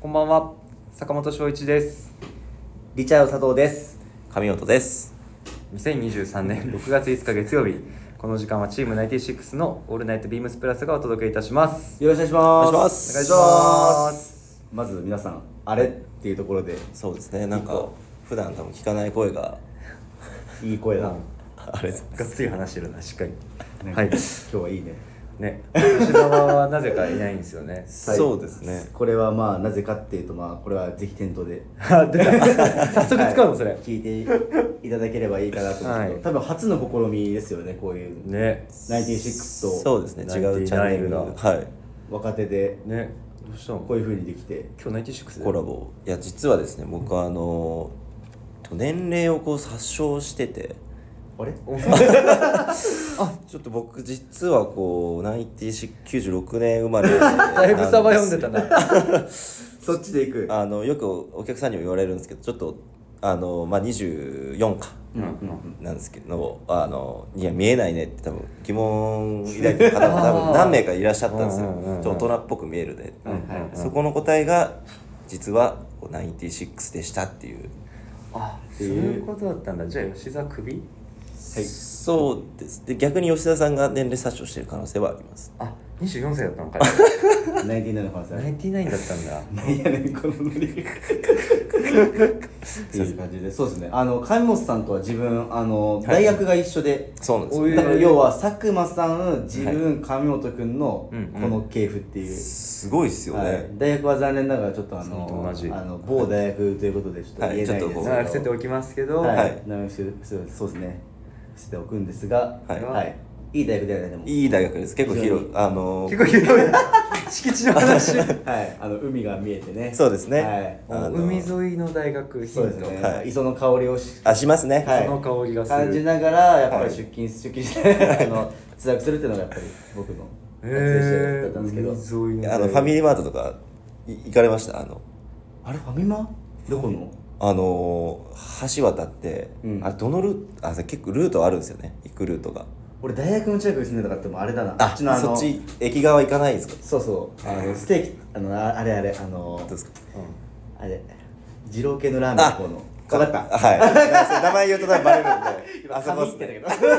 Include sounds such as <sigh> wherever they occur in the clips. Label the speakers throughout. Speaker 1: こんばんは坂本翔一です
Speaker 2: リチャード佐藤です。
Speaker 3: 神本です。
Speaker 1: 2023年6月5日月曜日この時間はチーム96の「オールナイトビームスプラス」がお届けいたします
Speaker 2: よろしくお願いし
Speaker 3: お願
Speaker 2: ま
Speaker 3: いし
Speaker 2: す。。
Speaker 1: お願
Speaker 3: ます
Speaker 1: いします
Speaker 2: まず皆さん、あれっていうところで、
Speaker 3: そうですね。なん
Speaker 2: 一
Speaker 3: か
Speaker 2: 個
Speaker 3: 普段多分聞かない声が
Speaker 2: いい声だ。
Speaker 3: あれ。
Speaker 1: がっつり話してるなしっかり
Speaker 2: なん
Speaker 1: は
Speaker 2: か
Speaker 1: <laughs> い
Speaker 2: 今日はいいね。
Speaker 1: ね吉沢はなぜかいないんですよね
Speaker 2: はい
Speaker 3: そうですね。
Speaker 2: これはまあ、なぜかっていうと、まあ、これはぜひ店頭で。
Speaker 1: <laughs> あ出た <laughs> 早速使う
Speaker 2: は
Speaker 1: の
Speaker 2: い
Speaker 1: それ
Speaker 2: 聞いていただければいいかなと思うんです
Speaker 1: は
Speaker 2: けど、
Speaker 1: い
Speaker 2: 多分初の試みですよね、こういう。
Speaker 1: ね
Speaker 2: ナインティシックスと。
Speaker 3: そうですね。違うチャンネルが
Speaker 1: 99
Speaker 3: はい
Speaker 2: 若手で、
Speaker 1: ねどうしたの
Speaker 2: こ
Speaker 1: こ
Speaker 2: う
Speaker 1: れ
Speaker 2: いう風にできて。
Speaker 1: 今日96で
Speaker 3: コラボ。いや実はですね。僕はあのと年齢をこう殺傷してて。
Speaker 2: あれ。
Speaker 3: ちょっと僕実はこう96年生まれ
Speaker 1: <laughs> だ
Speaker 3: だ
Speaker 1: いぶサバ読んでたな
Speaker 2: そっちで行く。
Speaker 3: あのよくお客さんにも言われるんですけどちょっとあの、まあ、24かなんですけど、あのいや見えないねって多分疑問抱いてる方も多
Speaker 1: あー
Speaker 3: 分何名かいらっしゃったんですよ、
Speaker 1: うんうんうん
Speaker 3: ちょっと大人っぽく見えるね、
Speaker 2: はいはいはい
Speaker 3: そこの答えが実はこう96でしたっていう、
Speaker 1: あそういうことだったんだじゃあ吉沢クビ
Speaker 3: そうですで逆に吉田さんが年齢殺傷してる可能性はあります
Speaker 1: あ24歳だったのか <laughs>
Speaker 2: ナインティナインの話。
Speaker 1: ナインティナインだったんだ
Speaker 2: なんやねんこのノリっていう感じで <laughs> そうですねあの上本さんとは自分あの大学が一緒で、
Speaker 3: そうなんです
Speaker 1: おい
Speaker 3: よ
Speaker 2: だから要は佐久間さん自分、上本君の
Speaker 1: うんうん
Speaker 2: この系譜っていう、
Speaker 3: すごいですよね、
Speaker 2: はい大学は残念ながらちょっとあ
Speaker 1: そうと
Speaker 2: の
Speaker 1: 同じ
Speaker 2: あの某大学ということでちょっと言えないですけど、
Speaker 3: はいちょっとこう
Speaker 1: 長く伏せておきますけど、
Speaker 2: はい
Speaker 3: はい
Speaker 2: 長く伏せてそうですね伏せておくんですが
Speaker 3: はい
Speaker 2: い、いい大学ではないでも
Speaker 3: いい大学です結構広いあの
Speaker 1: 結構広い敷地の話
Speaker 2: はいあの海が見えてね
Speaker 3: そうですね、
Speaker 2: はい
Speaker 3: あの
Speaker 1: 海沿いの大学ヒ
Speaker 2: そうで
Speaker 1: ン
Speaker 2: す
Speaker 1: ト、
Speaker 2: ね、
Speaker 3: はい
Speaker 2: 磯の香りをし
Speaker 3: あしますね、
Speaker 2: はい
Speaker 1: その香りがする
Speaker 2: 感じながらやっぱ
Speaker 3: は
Speaker 2: り
Speaker 3: い
Speaker 2: 出勤、出勤してあの通学するっていうのがやっぱり僕の学生時代だったんですけど、
Speaker 1: ー海沿いの
Speaker 3: あのファミリーマートとかい行かれましたあの
Speaker 2: あれファミマどこの
Speaker 3: あのー橋渡って、
Speaker 2: うん
Speaker 3: あれどのルートあ結構ルートあるんですよね行くルートが
Speaker 2: 俺大学の近くに住んでたからってもあれだな
Speaker 3: あ
Speaker 2: っちのあの
Speaker 3: そっち駅側行かないんですか
Speaker 2: そうそうあのステーキあのああれあれあの
Speaker 3: どうですか
Speaker 2: あれ二郎系のラーメンの方の分かった
Speaker 3: はいそう名前言うと多分バレるんで
Speaker 2: <laughs> 今
Speaker 3: あそこっ
Speaker 2: 紙
Speaker 3: す
Speaker 2: 言って
Speaker 3: ね
Speaker 2: たけどっ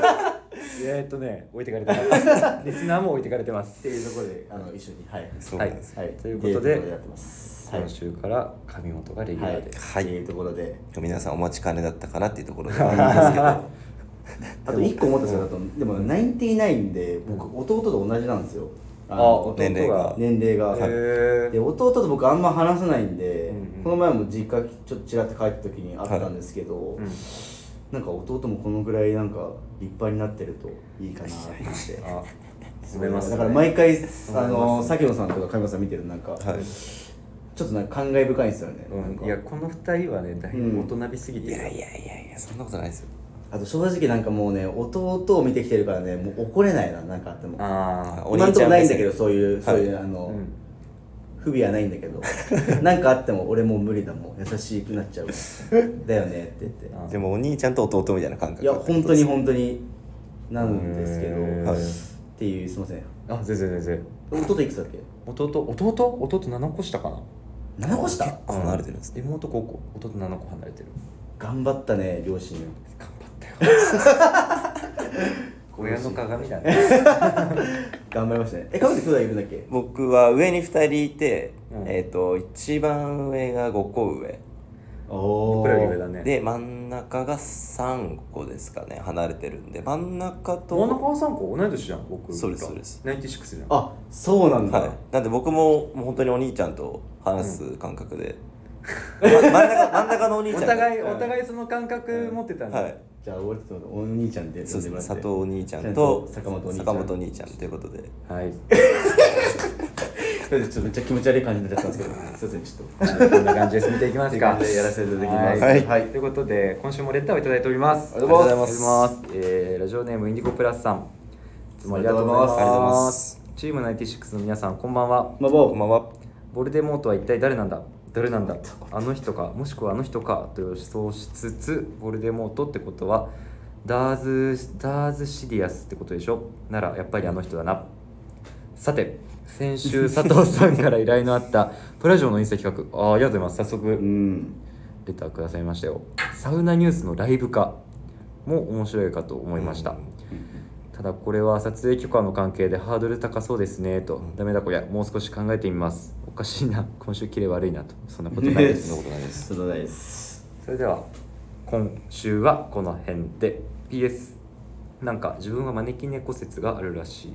Speaker 1: えーっとね置いてかれてます
Speaker 2: <laughs>
Speaker 1: リスナーも置いてかれてます
Speaker 2: ていうところであの一緒にはい
Speaker 3: そうなんです、
Speaker 2: はい
Speaker 1: ということで
Speaker 2: ってやってますはい
Speaker 1: 今週から神本がレギュ
Speaker 2: は
Speaker 1: ラー
Speaker 2: い
Speaker 1: で、す、
Speaker 3: はい
Speaker 2: っていうところで
Speaker 3: 皆さんお待ちかねだったかなっていうところではあるんです
Speaker 2: あと1個思ったんですけど、でも、ナインティナインで、僕、弟と同じなんですよ。あの
Speaker 1: あ
Speaker 2: 弟
Speaker 3: 年齢が
Speaker 2: 年齢が。
Speaker 1: へー
Speaker 2: で、弟と僕、あんま話さないんで、
Speaker 1: うんうん
Speaker 2: この前も実家、ちょっとちらっと帰った時にあったんですけど、
Speaker 1: うん
Speaker 2: なんか弟もこのぐらい、なんか、立派になってるといいかなと思って。
Speaker 1: あ褒めます、ね、
Speaker 2: だから毎回、あ
Speaker 1: 思い
Speaker 2: の
Speaker 1: ます
Speaker 2: 佐野さんとか上村さん見てるなんか、 <laughs>
Speaker 3: けど、はい、
Speaker 2: ちょっとなんか感慨深いんですよね、
Speaker 1: う
Speaker 2: なんか
Speaker 1: ん、いやこの二人はねだいぶ大人びすぎて
Speaker 3: い
Speaker 1: る、
Speaker 3: やいやいやいやそんなことないですよ
Speaker 2: あと正直なんかもうね弟を見てきてるからねもう怒れないななんかあっても
Speaker 1: あ
Speaker 3: お
Speaker 2: 今ん
Speaker 3: 兄
Speaker 2: とこ
Speaker 3: ちゃん
Speaker 2: ない
Speaker 3: 目
Speaker 2: んだ
Speaker 3: 線
Speaker 2: けどそういう、そういうあ
Speaker 1: あ、
Speaker 2: の、
Speaker 1: うん、
Speaker 2: 不備はないんだけどなんかあっても俺もう無理だもん優しくなっちゃうわだよねって言って
Speaker 1: あ
Speaker 3: でもお兄ちゃんと弟みたいな感覚
Speaker 2: いや本当に
Speaker 3: 本
Speaker 2: 本当になんですけど
Speaker 1: へー
Speaker 2: はい
Speaker 3: はい
Speaker 2: っていうすいません
Speaker 1: あ全然全然
Speaker 2: 弟いくつだっけ
Speaker 1: 弟弟弟7個下かな
Speaker 2: 7個下
Speaker 3: 結構離れてるんですね
Speaker 1: 妹高校弟7個離れてる
Speaker 2: 頑張ったね両親
Speaker 1: 頑張ったよ親の鏡だね
Speaker 2: <laughs> 頑張りましたねえ彼女兄弟いるんだっけ
Speaker 3: 僕は上に2人いて、
Speaker 1: うん
Speaker 3: えっ、と一番上が5個上
Speaker 2: おお
Speaker 1: 僕らより上だね
Speaker 3: で真ん中が3個ですかね離れてるんで真ん中と
Speaker 1: 真ん中は3個同い年じゃん僕
Speaker 3: そうですそうです
Speaker 1: 96じゃん
Speaker 2: あそうなんだ、
Speaker 3: はい、なんで僕ももう本当にお兄ちゃんと話す感覚で、ま真ん中真ん中のお兄ち
Speaker 1: お
Speaker 3: ゃんが
Speaker 1: 互い
Speaker 2: うん
Speaker 1: お互いその感覚持ってたんだ、
Speaker 3: はい
Speaker 2: じゃあ俺とお兄ちゃんで
Speaker 3: そ
Speaker 2: 呼ん
Speaker 3: うです
Speaker 2: で
Speaker 3: ね
Speaker 2: もらって
Speaker 3: 佐藤お兄ちゃんと
Speaker 2: 坂本お兄ちゃん
Speaker 3: 坂本お兄ちゃんということで
Speaker 1: はい、
Speaker 2: <laughs> ちょっとめっちゃ気持ち悪い感じになっちゃったんですけどすいませんちょっと
Speaker 1: こんな感じです見ていきますか
Speaker 2: っていう感じでやらせていただきます
Speaker 1: はい、
Speaker 2: はい
Speaker 1: ということで今週もレターをいただいております
Speaker 2: ありがとうござい
Speaker 1: あ
Speaker 2: ま
Speaker 1: り
Speaker 2: す
Speaker 1: がとうございますえーラジオネームインディゴプラスさんいつもありがとうございます
Speaker 2: ありがとうございます
Speaker 1: チーム96の皆さんこんばんは
Speaker 2: まあも
Speaker 3: こんばんは
Speaker 1: ボルデモートは一体誰なんだ誰なんだあの人かもしくはあの人かと予想しつつボルデモートってことはダーズダーズシディアスってことでしょならやっぱりあの人だなさて先週佐藤さんから依頼のあったプラジオのインスタ企画あーありがとうございます早
Speaker 2: う
Speaker 1: 速
Speaker 2: ん
Speaker 1: レターくださいましたよサウナニュースのライブ化も面白いかと思いました、ただこれは撮影許可の関係でハードル高そうですねと、ダメだこりゃもう少し考えてみますおかしいな今週キレ悪いなと <laughs> そんなことないで
Speaker 3: そ
Speaker 1: す
Speaker 2: <laughs>
Speaker 3: んなことないです
Speaker 2: そのないです
Speaker 1: それでは今週はこの辺で PS なんか自分は招き猫説があるらしい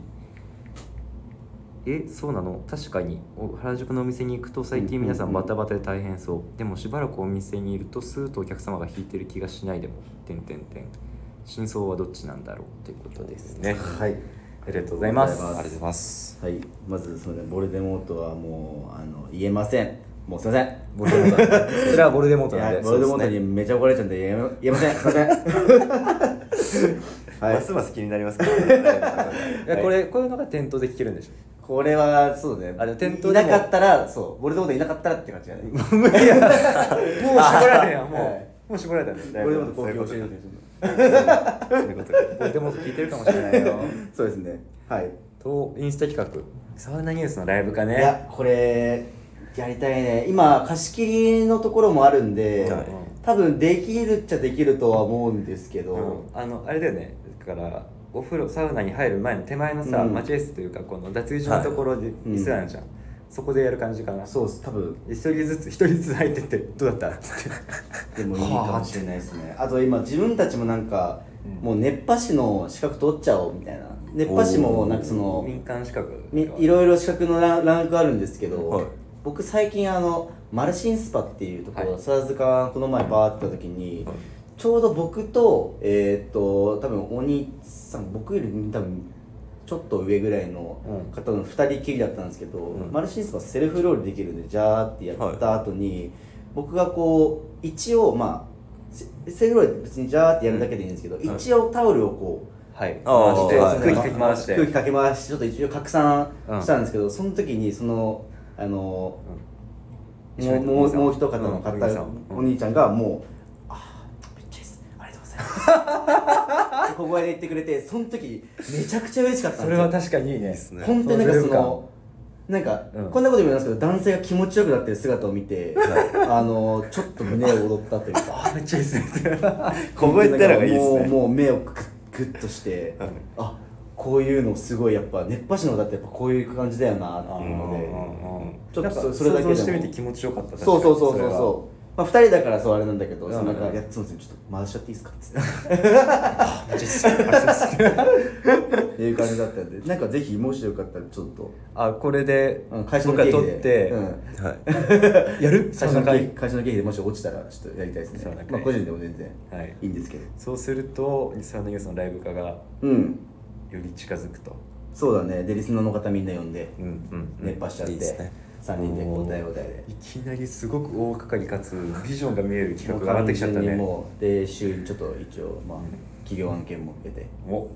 Speaker 1: えそうなの確かにお原宿のお店に行くと最近皆さんバタバタで大変そう,、でもしばらくお店にいるとスーッとお客様が引いてる気がしないでも点点点真相はどっちなんだろうということです
Speaker 3: ね
Speaker 2: はい
Speaker 1: ありがとうございます
Speaker 3: ありがとうございます
Speaker 2: はいまずそれボルデモートはもうあの言えませんもうすいません
Speaker 1: ボルデモートそれはボルデモート
Speaker 2: い
Speaker 1: なん
Speaker 2: や
Speaker 1: で
Speaker 2: ボルデモート
Speaker 1: そうで
Speaker 2: にめちゃ怒られちゃうんで言えま言えませんすいません <laughs> はい
Speaker 3: ますます気になりますけどは
Speaker 1: すねいやこれこういうのが店頭で聞けるんでしょ
Speaker 2: これはそうね
Speaker 1: あでも店頭
Speaker 2: い
Speaker 1: で
Speaker 2: な
Speaker 1: も
Speaker 2: かったらそうボルデモートいなかったらって感じだね
Speaker 1: もう絞られたやんもう、
Speaker 2: はい
Speaker 1: もう絞られたんだ
Speaker 2: ボルデモー
Speaker 1: そ
Speaker 2: ト
Speaker 1: う
Speaker 2: 公
Speaker 1: いうこと
Speaker 2: 共してるんで
Speaker 1: そういうことかボルデモート聞いてるかもしれないよ
Speaker 2: そうですねはい
Speaker 1: とインスタ企画サウナニュースのライブか
Speaker 2: い
Speaker 1: ね
Speaker 2: やこれやりたいね今貸し切りのところもあるんで、
Speaker 3: はい
Speaker 2: 多分できるっちゃできるとは思うんですけど、
Speaker 1: うんあのあれだよねだからお風呂サウナに入る前の手前のさ、
Speaker 2: うん
Speaker 1: 待合室というかこの脱衣所のところで
Speaker 2: うん
Speaker 1: 椅子あるじゃん、そこでやる感じかな
Speaker 2: そうっす多分
Speaker 1: 一人ずつ一人ずつ入ってってどうだ
Speaker 2: <laughs>
Speaker 1: ったっつって
Speaker 2: でもいいかもしれないですねあと今自分たちもなんか、もう熱波師の資格取っちゃおうみたいな熱波師もなんかその
Speaker 1: 民間資格
Speaker 2: みいろいろ資格のランランクあるんですけど、
Speaker 3: はい
Speaker 2: 僕最近あのマルシンスパっていうところ、
Speaker 1: はい
Speaker 2: 笹塚この前バーって行った時に、
Speaker 3: はい
Speaker 2: ちょうど僕とえーっと多分お兄さん僕より多分ちょっと上ぐらいの
Speaker 1: うん
Speaker 2: 方の2人きりだったんですけど、
Speaker 1: うん
Speaker 2: マルシンスパセルフロールできるんでジャーってやった後に、僕がこう一応まあセセルフロールって別にジャーってやるだけでいいんですけど、
Speaker 3: はい
Speaker 2: 一応タオルをこう
Speaker 1: はい
Speaker 3: あー
Speaker 1: 回して
Speaker 3: はい
Speaker 1: 空気かき回して
Speaker 2: 空気かけ回してちょっと一応拡散したんですけど、その時にそのあの
Speaker 1: うん
Speaker 2: もうもうもう一方の方、
Speaker 1: うんお兄さんうん
Speaker 2: お兄ちゃんがもう「ああめっちゃいいっすありがとうございます」小声で言ってくれてその時めちゃくちゃ嬉しかったん
Speaker 1: そ
Speaker 2: で
Speaker 1: れ
Speaker 2: すよ
Speaker 1: は確かにいいね
Speaker 3: すね
Speaker 2: 本当になんかそ
Speaker 1: そういう
Speaker 2: のなんか、
Speaker 1: うん
Speaker 2: こんなこと言うんですけど男性が気持ちよくなってる姿を見て、あのちょっと胸を躍ったというか
Speaker 1: あめっちゃいいですね
Speaker 3: 小声ってのがいいですね
Speaker 2: もうもう目をグッグッとして、
Speaker 3: はい
Speaker 2: あこういうのすごいやっぱ熱波師のだってやっぱこういう感じだよなっていうの
Speaker 1: ちょっ
Speaker 2: なん
Speaker 1: と
Speaker 2: か
Speaker 1: そそれだけでも
Speaker 2: 想像してみて
Speaker 1: て気持ちよかった
Speaker 2: でそうそうそうそう
Speaker 1: そ
Speaker 2: そうまあ2人だからそうあれなんだけど、
Speaker 1: うん
Speaker 2: そのなんか「いやすいませんちょっと回しちゃっていいですか?」っつ <laughs> ってっていう感じだったんでなんかぜひもしよかったらちょっと、
Speaker 1: あこれで
Speaker 2: うん、会社の
Speaker 1: 僕
Speaker 2: 経
Speaker 1: が
Speaker 2: 費で
Speaker 1: 取って
Speaker 2: うん、
Speaker 1: <laughs>
Speaker 3: い
Speaker 1: やる
Speaker 2: 会
Speaker 1: そ
Speaker 2: 社
Speaker 1: んな
Speaker 2: の経
Speaker 1: 会
Speaker 2: 費会社の経費でもし落ちたらちょっとやりたいです
Speaker 1: そんな
Speaker 2: ね
Speaker 1: 会、
Speaker 2: まあ、個人でも全然
Speaker 1: はい
Speaker 2: いいんですけど
Speaker 1: そうするとサウナユースのライブ化がよ
Speaker 2: うん
Speaker 1: り近づくと
Speaker 2: そうだねでリスナーの方みんな呼んで
Speaker 1: うんうん
Speaker 2: 熱波しちゃって、
Speaker 3: いいですね
Speaker 2: 3人で交代交代で
Speaker 1: いきなりすごく大掛かりかつビジョンが見える企
Speaker 2: も
Speaker 1: 画が
Speaker 2: う
Speaker 1: 上がってきちゃった
Speaker 2: 完全
Speaker 1: ね
Speaker 2: に
Speaker 1: も
Speaker 2: もうで週にちょっと一応まあ企業案件も受けて
Speaker 1: う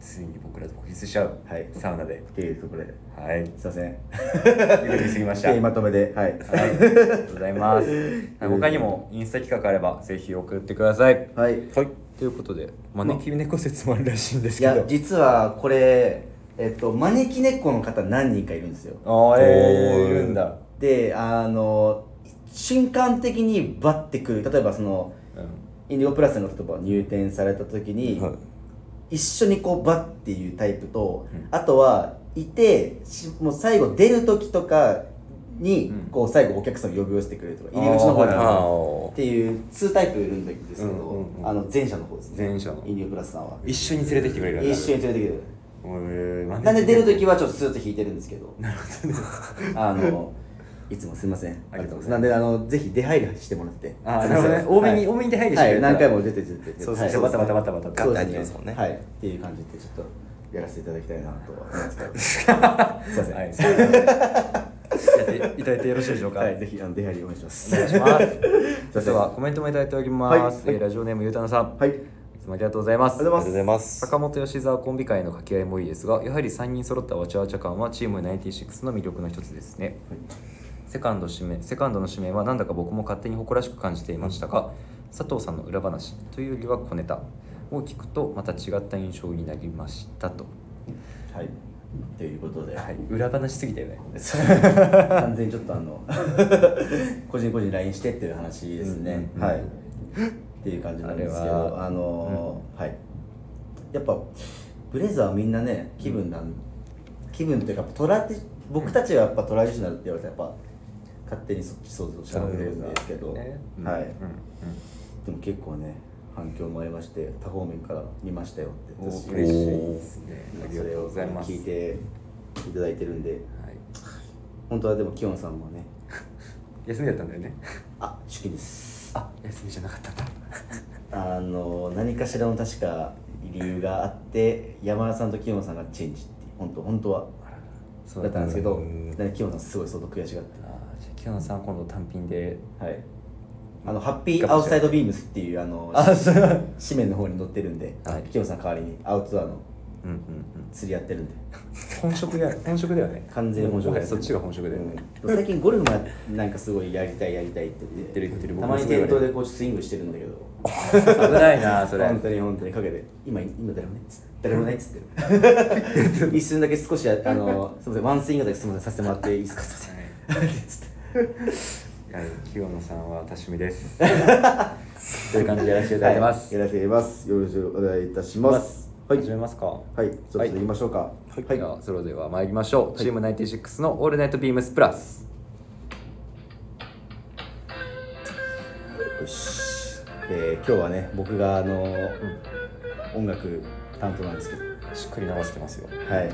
Speaker 1: ついに僕らと孤立しちゃう、
Speaker 2: はい
Speaker 1: サウナで
Speaker 2: っていうところで
Speaker 1: はい
Speaker 2: すいません
Speaker 1: 緩みすぎました
Speaker 2: でまとめでは
Speaker 1: はい、あ
Speaker 2: い
Speaker 1: りがとうございます。他にもインスタ企画あればぜひ送ってください。
Speaker 2: はい
Speaker 3: はい
Speaker 1: ということで、招き猫説もあるらしいんですけ
Speaker 2: い
Speaker 1: ど。
Speaker 2: や実はこれえっと招き猫の方何人かいるんですよ
Speaker 1: ああ、え
Speaker 3: お
Speaker 1: ー、
Speaker 3: ー
Speaker 1: いるんだ。
Speaker 2: であの瞬間的にバッてくる例えばその
Speaker 1: うん
Speaker 2: インディゴプラスの例えば入店された時に、
Speaker 3: はい
Speaker 2: 一緒にこうバッっていうタイプと、
Speaker 1: うん
Speaker 2: あとはいてしもう最後出る時とかに、
Speaker 1: うん
Speaker 2: こう最後お客さんを呼び寄せてくれるとか入り口の方
Speaker 1: あー
Speaker 2: に
Speaker 1: はいはい
Speaker 3: あー
Speaker 2: っていう2タイプいるんですけ
Speaker 1: うんう
Speaker 2: ど、
Speaker 1: んうん
Speaker 2: あの前者の方ですね
Speaker 1: 前者の
Speaker 2: インディゴプラスさんは
Speaker 1: 一緒に連れてきてくれる
Speaker 2: 一緒に連れてきてくれる
Speaker 1: に
Speaker 2: なんで出る時
Speaker 1: は。
Speaker 2: はちょっとスーッと引いてるんですけど
Speaker 1: なるほどね。
Speaker 2: あのいつもすみません
Speaker 1: ありがとうございます
Speaker 2: なんであのぜひ出入りしてもらって
Speaker 1: あーなるほどね
Speaker 2: すいません
Speaker 1: 多めに多めに出入りして
Speaker 2: は
Speaker 1: くれ
Speaker 2: い
Speaker 1: たら
Speaker 2: 何回も出て出て出て
Speaker 1: そうそう
Speaker 2: はい
Speaker 1: そうバタバタバタバタ
Speaker 2: そう
Speaker 3: ガッ
Speaker 2: で
Speaker 3: て入ってきます
Speaker 2: す
Speaker 3: もん
Speaker 2: ね
Speaker 3: ね
Speaker 2: はいっていう感じでちょっとやらせていただきたいなと思いますけ
Speaker 1: <laughs>
Speaker 2: どすいません
Speaker 1: は。
Speaker 2: はいい
Speaker 1: そういうことでやっていただいてよろしいでしょうか。
Speaker 2: ぜひあの出入りお願いしま
Speaker 1: お願い
Speaker 2: す
Speaker 1: します。それではコメントもいただいております。
Speaker 2: はい
Speaker 1: えーラジオネームゆうたのさん。
Speaker 2: はい
Speaker 1: いつもありがとうございます。
Speaker 2: ありがとうござい
Speaker 3: ありがとうございます
Speaker 1: 坂本吉沢コンビ会の掛け合いもいいですがやはり3人揃ったわちゃわちゃ感はチーム96の魅力の一つですね、セカンド指名セカンドの指名はなんだか僕も勝手に誇らしく感じていましたが佐藤さんの裏話というよりは小ネタを聞くとまた違った印象になりましたと
Speaker 2: はいということで、
Speaker 1: はい、裏話すぎたよ <laughs> ね
Speaker 2: そう完全にちょっとあ
Speaker 1: <laughs>
Speaker 2: の個人個人 LINE してっていう話ですね、
Speaker 1: うんうんうん
Speaker 2: はいっていう感じなんですけ
Speaker 1: あれ
Speaker 2: ど
Speaker 1: は
Speaker 2: あのーはいやっぱブレザーはみんなね気分なん、気分というかトラディ僕たちはやっぱトラディショナルって言われたらやっぱ勝手にそっち想像したブレザーですけど、
Speaker 1: ね
Speaker 2: はい、
Speaker 1: うん
Speaker 2: でも結構ね反響もありまして多方面から見ましたよって
Speaker 1: うん、お
Speaker 2: 私
Speaker 1: ー嬉しいですねありが
Speaker 2: そ
Speaker 1: と
Speaker 2: れ
Speaker 1: う
Speaker 2: を
Speaker 1: ございます
Speaker 2: 聞いていただいてるんで
Speaker 1: はい、
Speaker 2: 本当はでもキヨンさんもね
Speaker 1: 休みだったんだよね
Speaker 2: あ手記です
Speaker 1: あ <laughs> 休みじゃなかったんだ
Speaker 2: あの何かしらの確か理由があって山田さんとキヨンさんがチェンジって本当本当は
Speaker 1: そ
Speaker 2: だったんですけど
Speaker 3: うん
Speaker 2: なんかキヨンさんすごい相当悔しがっ
Speaker 1: あーじゃあ今日のさん今度単品で
Speaker 2: てはいあのハッピーアウトサイドビームスっていうあの
Speaker 3: あそう
Speaker 2: 紙面の方に載ってるんで、
Speaker 1: はい
Speaker 2: キヨンさん代わりにアウトドアの
Speaker 1: うんうんうん
Speaker 2: 釣りやってるんで
Speaker 1: 本職や本職だよね
Speaker 2: 完全に本職
Speaker 1: もは
Speaker 2: で
Speaker 1: や
Speaker 2: す
Speaker 1: そっちが本職だよね、
Speaker 2: うん最近ゴルフもやなんかすごいやりたいやりたいって言
Speaker 1: 言
Speaker 2: って
Speaker 1: ってる言ってる僕
Speaker 2: た
Speaker 1: も
Speaker 2: ま
Speaker 1: そう
Speaker 2: に
Speaker 1: 言わ
Speaker 2: 店
Speaker 1: れる
Speaker 2: 頭でこうスイングしてるんだけど
Speaker 1: 危ないなそれ
Speaker 2: 本当に本当に陰で今今誰もないっつって誰もないっつっ
Speaker 1: <laughs>
Speaker 2: てる一瞬だけ少しああのすみませんワンスイングだけすみませんさせてもらっていいですかすみませんってつって
Speaker 1: はい、清野さんは多趣味です。 <laughs> という感じでやらせていただいてます。
Speaker 2: はい、よろしくお願いしますよろしくお願いいたしますはい
Speaker 1: 始めますか。は
Speaker 2: はいちょっと行きましょうかはい
Speaker 1: い、ではそれでは参りましょう。チーム96のオールナイトビームスプラス。
Speaker 2: よし、えー、今日はね僕があの、音楽担当なんですけど
Speaker 1: しっかり流してますよ。
Speaker 2: はい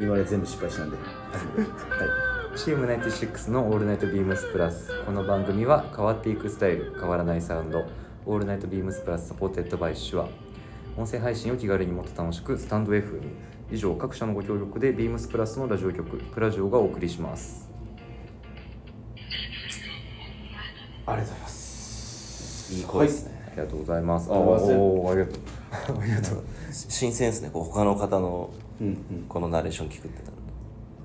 Speaker 2: 今まで全部失敗したんでは
Speaker 1: チーム96のオールナイトビームスプラス。この番組は変わっていくスタイル、変わらないサウンド、オールナイトビームスプラスサポーテッドバイシュア。音声配信を気軽にもっと楽しく、スタンド FM。以上、各社のご協力でビームスプラスのラジオ局、プラジオがお送りします。
Speaker 2: いありがとうございますいい
Speaker 3: 声です
Speaker 2: ね
Speaker 1: ありがとうございます。あ
Speaker 2: ありがとうございます
Speaker 1: おーありがとう。ありがとう。
Speaker 3: 新鮮ですねこう他の方の
Speaker 2: うんうん
Speaker 3: このナレーション聞くってなる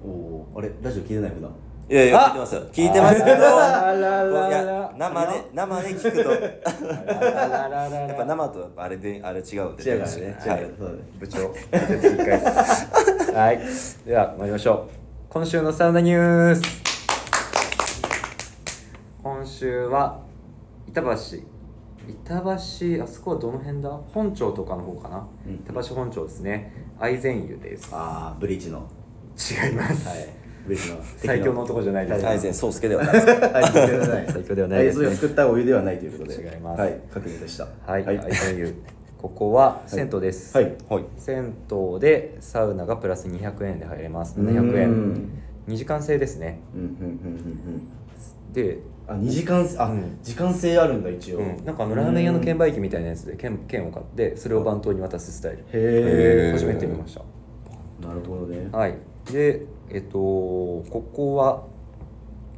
Speaker 2: おおーあれラジオ聞いてない普段
Speaker 3: といやいや聞いてますよ聞いてますけど
Speaker 1: あららら
Speaker 3: いや生で生で聞くとやっぱ生とやっぱあれであれ違うんで
Speaker 2: 違うからね違うから
Speaker 3: はい
Speaker 2: そうだね
Speaker 1: 部長、一回ですはい。では、参りましょう。今週のサウナニュース。今週は、板橋。板橋、あそこはどの辺だ本町とかの方かな、
Speaker 2: うん
Speaker 1: 板橋本町ですね。愛善湯です。
Speaker 2: ああブリーチの
Speaker 1: 違います。
Speaker 2: はいブリーチの
Speaker 1: 最強の男じゃないです。
Speaker 3: 大善宗介ではないです
Speaker 2: 敵のはい最強ではない
Speaker 1: 最強ではないですね
Speaker 2: はいそれを作ったお湯ではないということで
Speaker 1: 違います
Speaker 2: はい確認でした
Speaker 1: はい、
Speaker 2: はい
Speaker 1: 愛善湯。ここは銭湯です。
Speaker 2: はい
Speaker 3: はい
Speaker 1: 銭湯でサウナがプラス200円で入れます700
Speaker 2: う
Speaker 1: 円
Speaker 2: ん
Speaker 1: 2時間制ですね
Speaker 2: うんうんうんうん
Speaker 1: で、
Speaker 2: うんあ二時間あ
Speaker 1: うん
Speaker 2: 時間制あるんだ一応
Speaker 1: うんなんかあのラーメン屋の券
Speaker 2: 売
Speaker 1: 売機みたいなやつで券券を買ってそれを番頭に渡すスタイル
Speaker 2: へー
Speaker 1: 初めて見ました
Speaker 2: なるほどね
Speaker 1: はいでえっとここは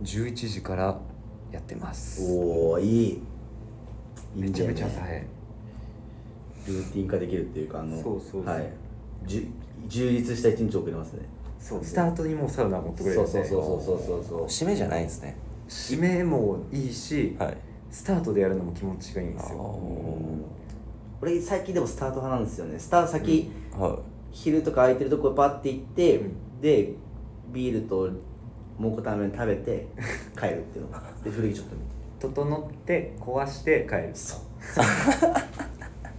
Speaker 1: 11時からやってます
Speaker 2: おおいいいい
Speaker 1: め
Speaker 2: んだ
Speaker 1: ちゃ
Speaker 2: よね
Speaker 1: めちゃ朝早い
Speaker 2: ルーティン化できるっていうかあの
Speaker 1: そうそうそう
Speaker 2: はいじゅ充実した一日を送れますね
Speaker 1: そうスタートにもうサウナ持ってくれる
Speaker 2: そ
Speaker 1: ん
Speaker 2: う
Speaker 1: で
Speaker 2: そうそうそうそうそう
Speaker 3: <laughs> 締めじゃないんですね
Speaker 1: 締めもいいし、
Speaker 3: はい
Speaker 1: スタートでやるのも気持ちがいいんですよ
Speaker 2: 俺最近でもスタート派なんですよねスタート先、
Speaker 3: は
Speaker 2: 昼とか空いてるとこパッて行って、
Speaker 1: うん
Speaker 2: でビールと蒙古タンメン食べて帰るっていうので古着ちょっと見て
Speaker 1: 整って壊して帰る
Speaker 2: そう
Speaker 1: <laughs>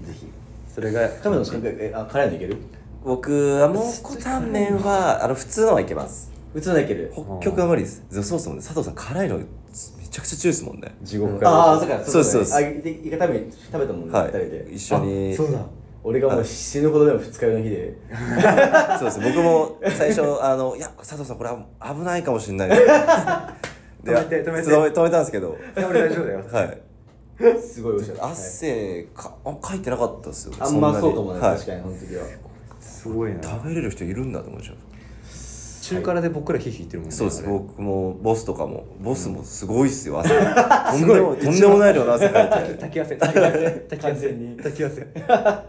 Speaker 2: ぜひ
Speaker 1: それが
Speaker 2: カメラの感覚えあ辛いのいける
Speaker 3: い僕は蒙古タンメンはあの普通のはいけます
Speaker 2: 普通のいける
Speaker 3: 北極は無理ですでもそうですもんね佐藤さん辛いのめちゃくちゃ強いですもんね
Speaker 1: 地獄から
Speaker 2: ああそうか
Speaker 3: そうです
Speaker 2: だねあでイカ食べ食べたもんね、
Speaker 3: は
Speaker 2: 二人
Speaker 3: い
Speaker 2: で
Speaker 3: 一緒に
Speaker 2: あそうだ俺がもう死ぬほどでも二日酔いの日で
Speaker 3: そうです僕も最初あのいや佐藤さんこれは危ないかもしれないで
Speaker 1: 止めて止めて
Speaker 3: 止め止めたんですけど
Speaker 1: いや俺大丈夫だよ
Speaker 3: はい
Speaker 2: すごい美味しかった
Speaker 3: 汗かあ書いてなかったですよ
Speaker 2: あんまそうかもね、
Speaker 3: はい
Speaker 2: 確かにその時は
Speaker 1: すごいな
Speaker 3: 食べれる人いるんだと思っちゃう
Speaker 1: 中辛で僕らヒーヒー言ってるもんね
Speaker 3: そうです
Speaker 1: あれ
Speaker 3: 僕もボスとかもボスもすごいっす
Speaker 1: <laughs>
Speaker 3: よ汗とんでもとんでもない量の汗かいて
Speaker 1: 滝汗滝汗滝
Speaker 2: 完
Speaker 1: 汗
Speaker 2: 全に
Speaker 1: 滝汗 <laughs>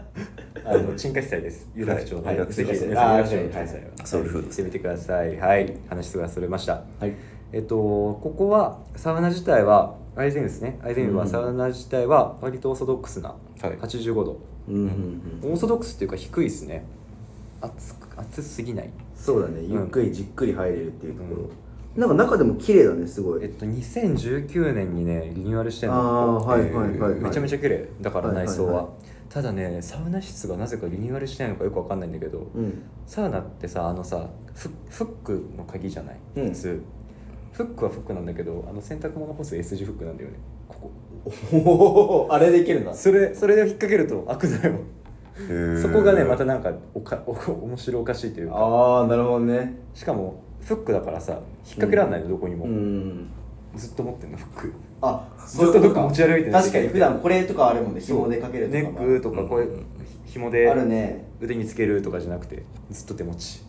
Speaker 1: あの鎮火祭です有楽町の、
Speaker 3: はい
Speaker 1: ぜひ皆さん有
Speaker 2: はい
Speaker 1: 楽町の鎮火祭
Speaker 3: あソウルフード
Speaker 1: 行
Speaker 3: で
Speaker 1: っ
Speaker 3: す
Speaker 1: てみてくださいはい話がそれました
Speaker 2: はい
Speaker 1: えっとここはサウナ自体はアイゼンですねアイゼンは
Speaker 2: うん
Speaker 1: サウナ自体は割とオーソドックスな
Speaker 3: はい
Speaker 1: 85度、
Speaker 2: うんうんうん
Speaker 1: オーソドックスっていうか低いですね熱く熱すぎない
Speaker 2: そうだねゆっくりじっくり入れるっていうところ、
Speaker 4: なんか中でも綺麗だねすご
Speaker 1: えっ
Speaker 4: い
Speaker 1: と2019年にねリニューアルしてん
Speaker 2: あ
Speaker 1: の
Speaker 2: ー
Speaker 1: ここって
Speaker 2: はいはいはいはい
Speaker 1: めちゃめちゃ綺麗だから
Speaker 2: はいはい
Speaker 1: 内
Speaker 2: はい
Speaker 1: 装は,、ただねサウナ室がなぜかリニューアルしてないのかよくわかんないんだけど
Speaker 4: うん
Speaker 1: サウナってさあのさフフックの鍵じゃない
Speaker 2: うん
Speaker 1: 普通、フックはフックなんだけどあの洗濯物干す S 字フックなんだよねこ
Speaker 2: おおあれでいけるな
Speaker 1: こそれそれで引っ掛けると開くのよ <laughs> そこがねまたなんかおか <laughs> お面白おかしいというか
Speaker 2: ああなるほどね
Speaker 1: しかもフックだからさ引っ掛けられないの、どこにも、
Speaker 2: うん
Speaker 1: ずっと持ってんのフック
Speaker 2: あ
Speaker 1: ずっとどっか持ち歩いてる
Speaker 2: 確かに普段これとかあるもんね紐でかけるとか
Speaker 1: ネックとかこういう紐で
Speaker 2: あるね
Speaker 1: 腕につけるとかじゃなくてずっと手持ち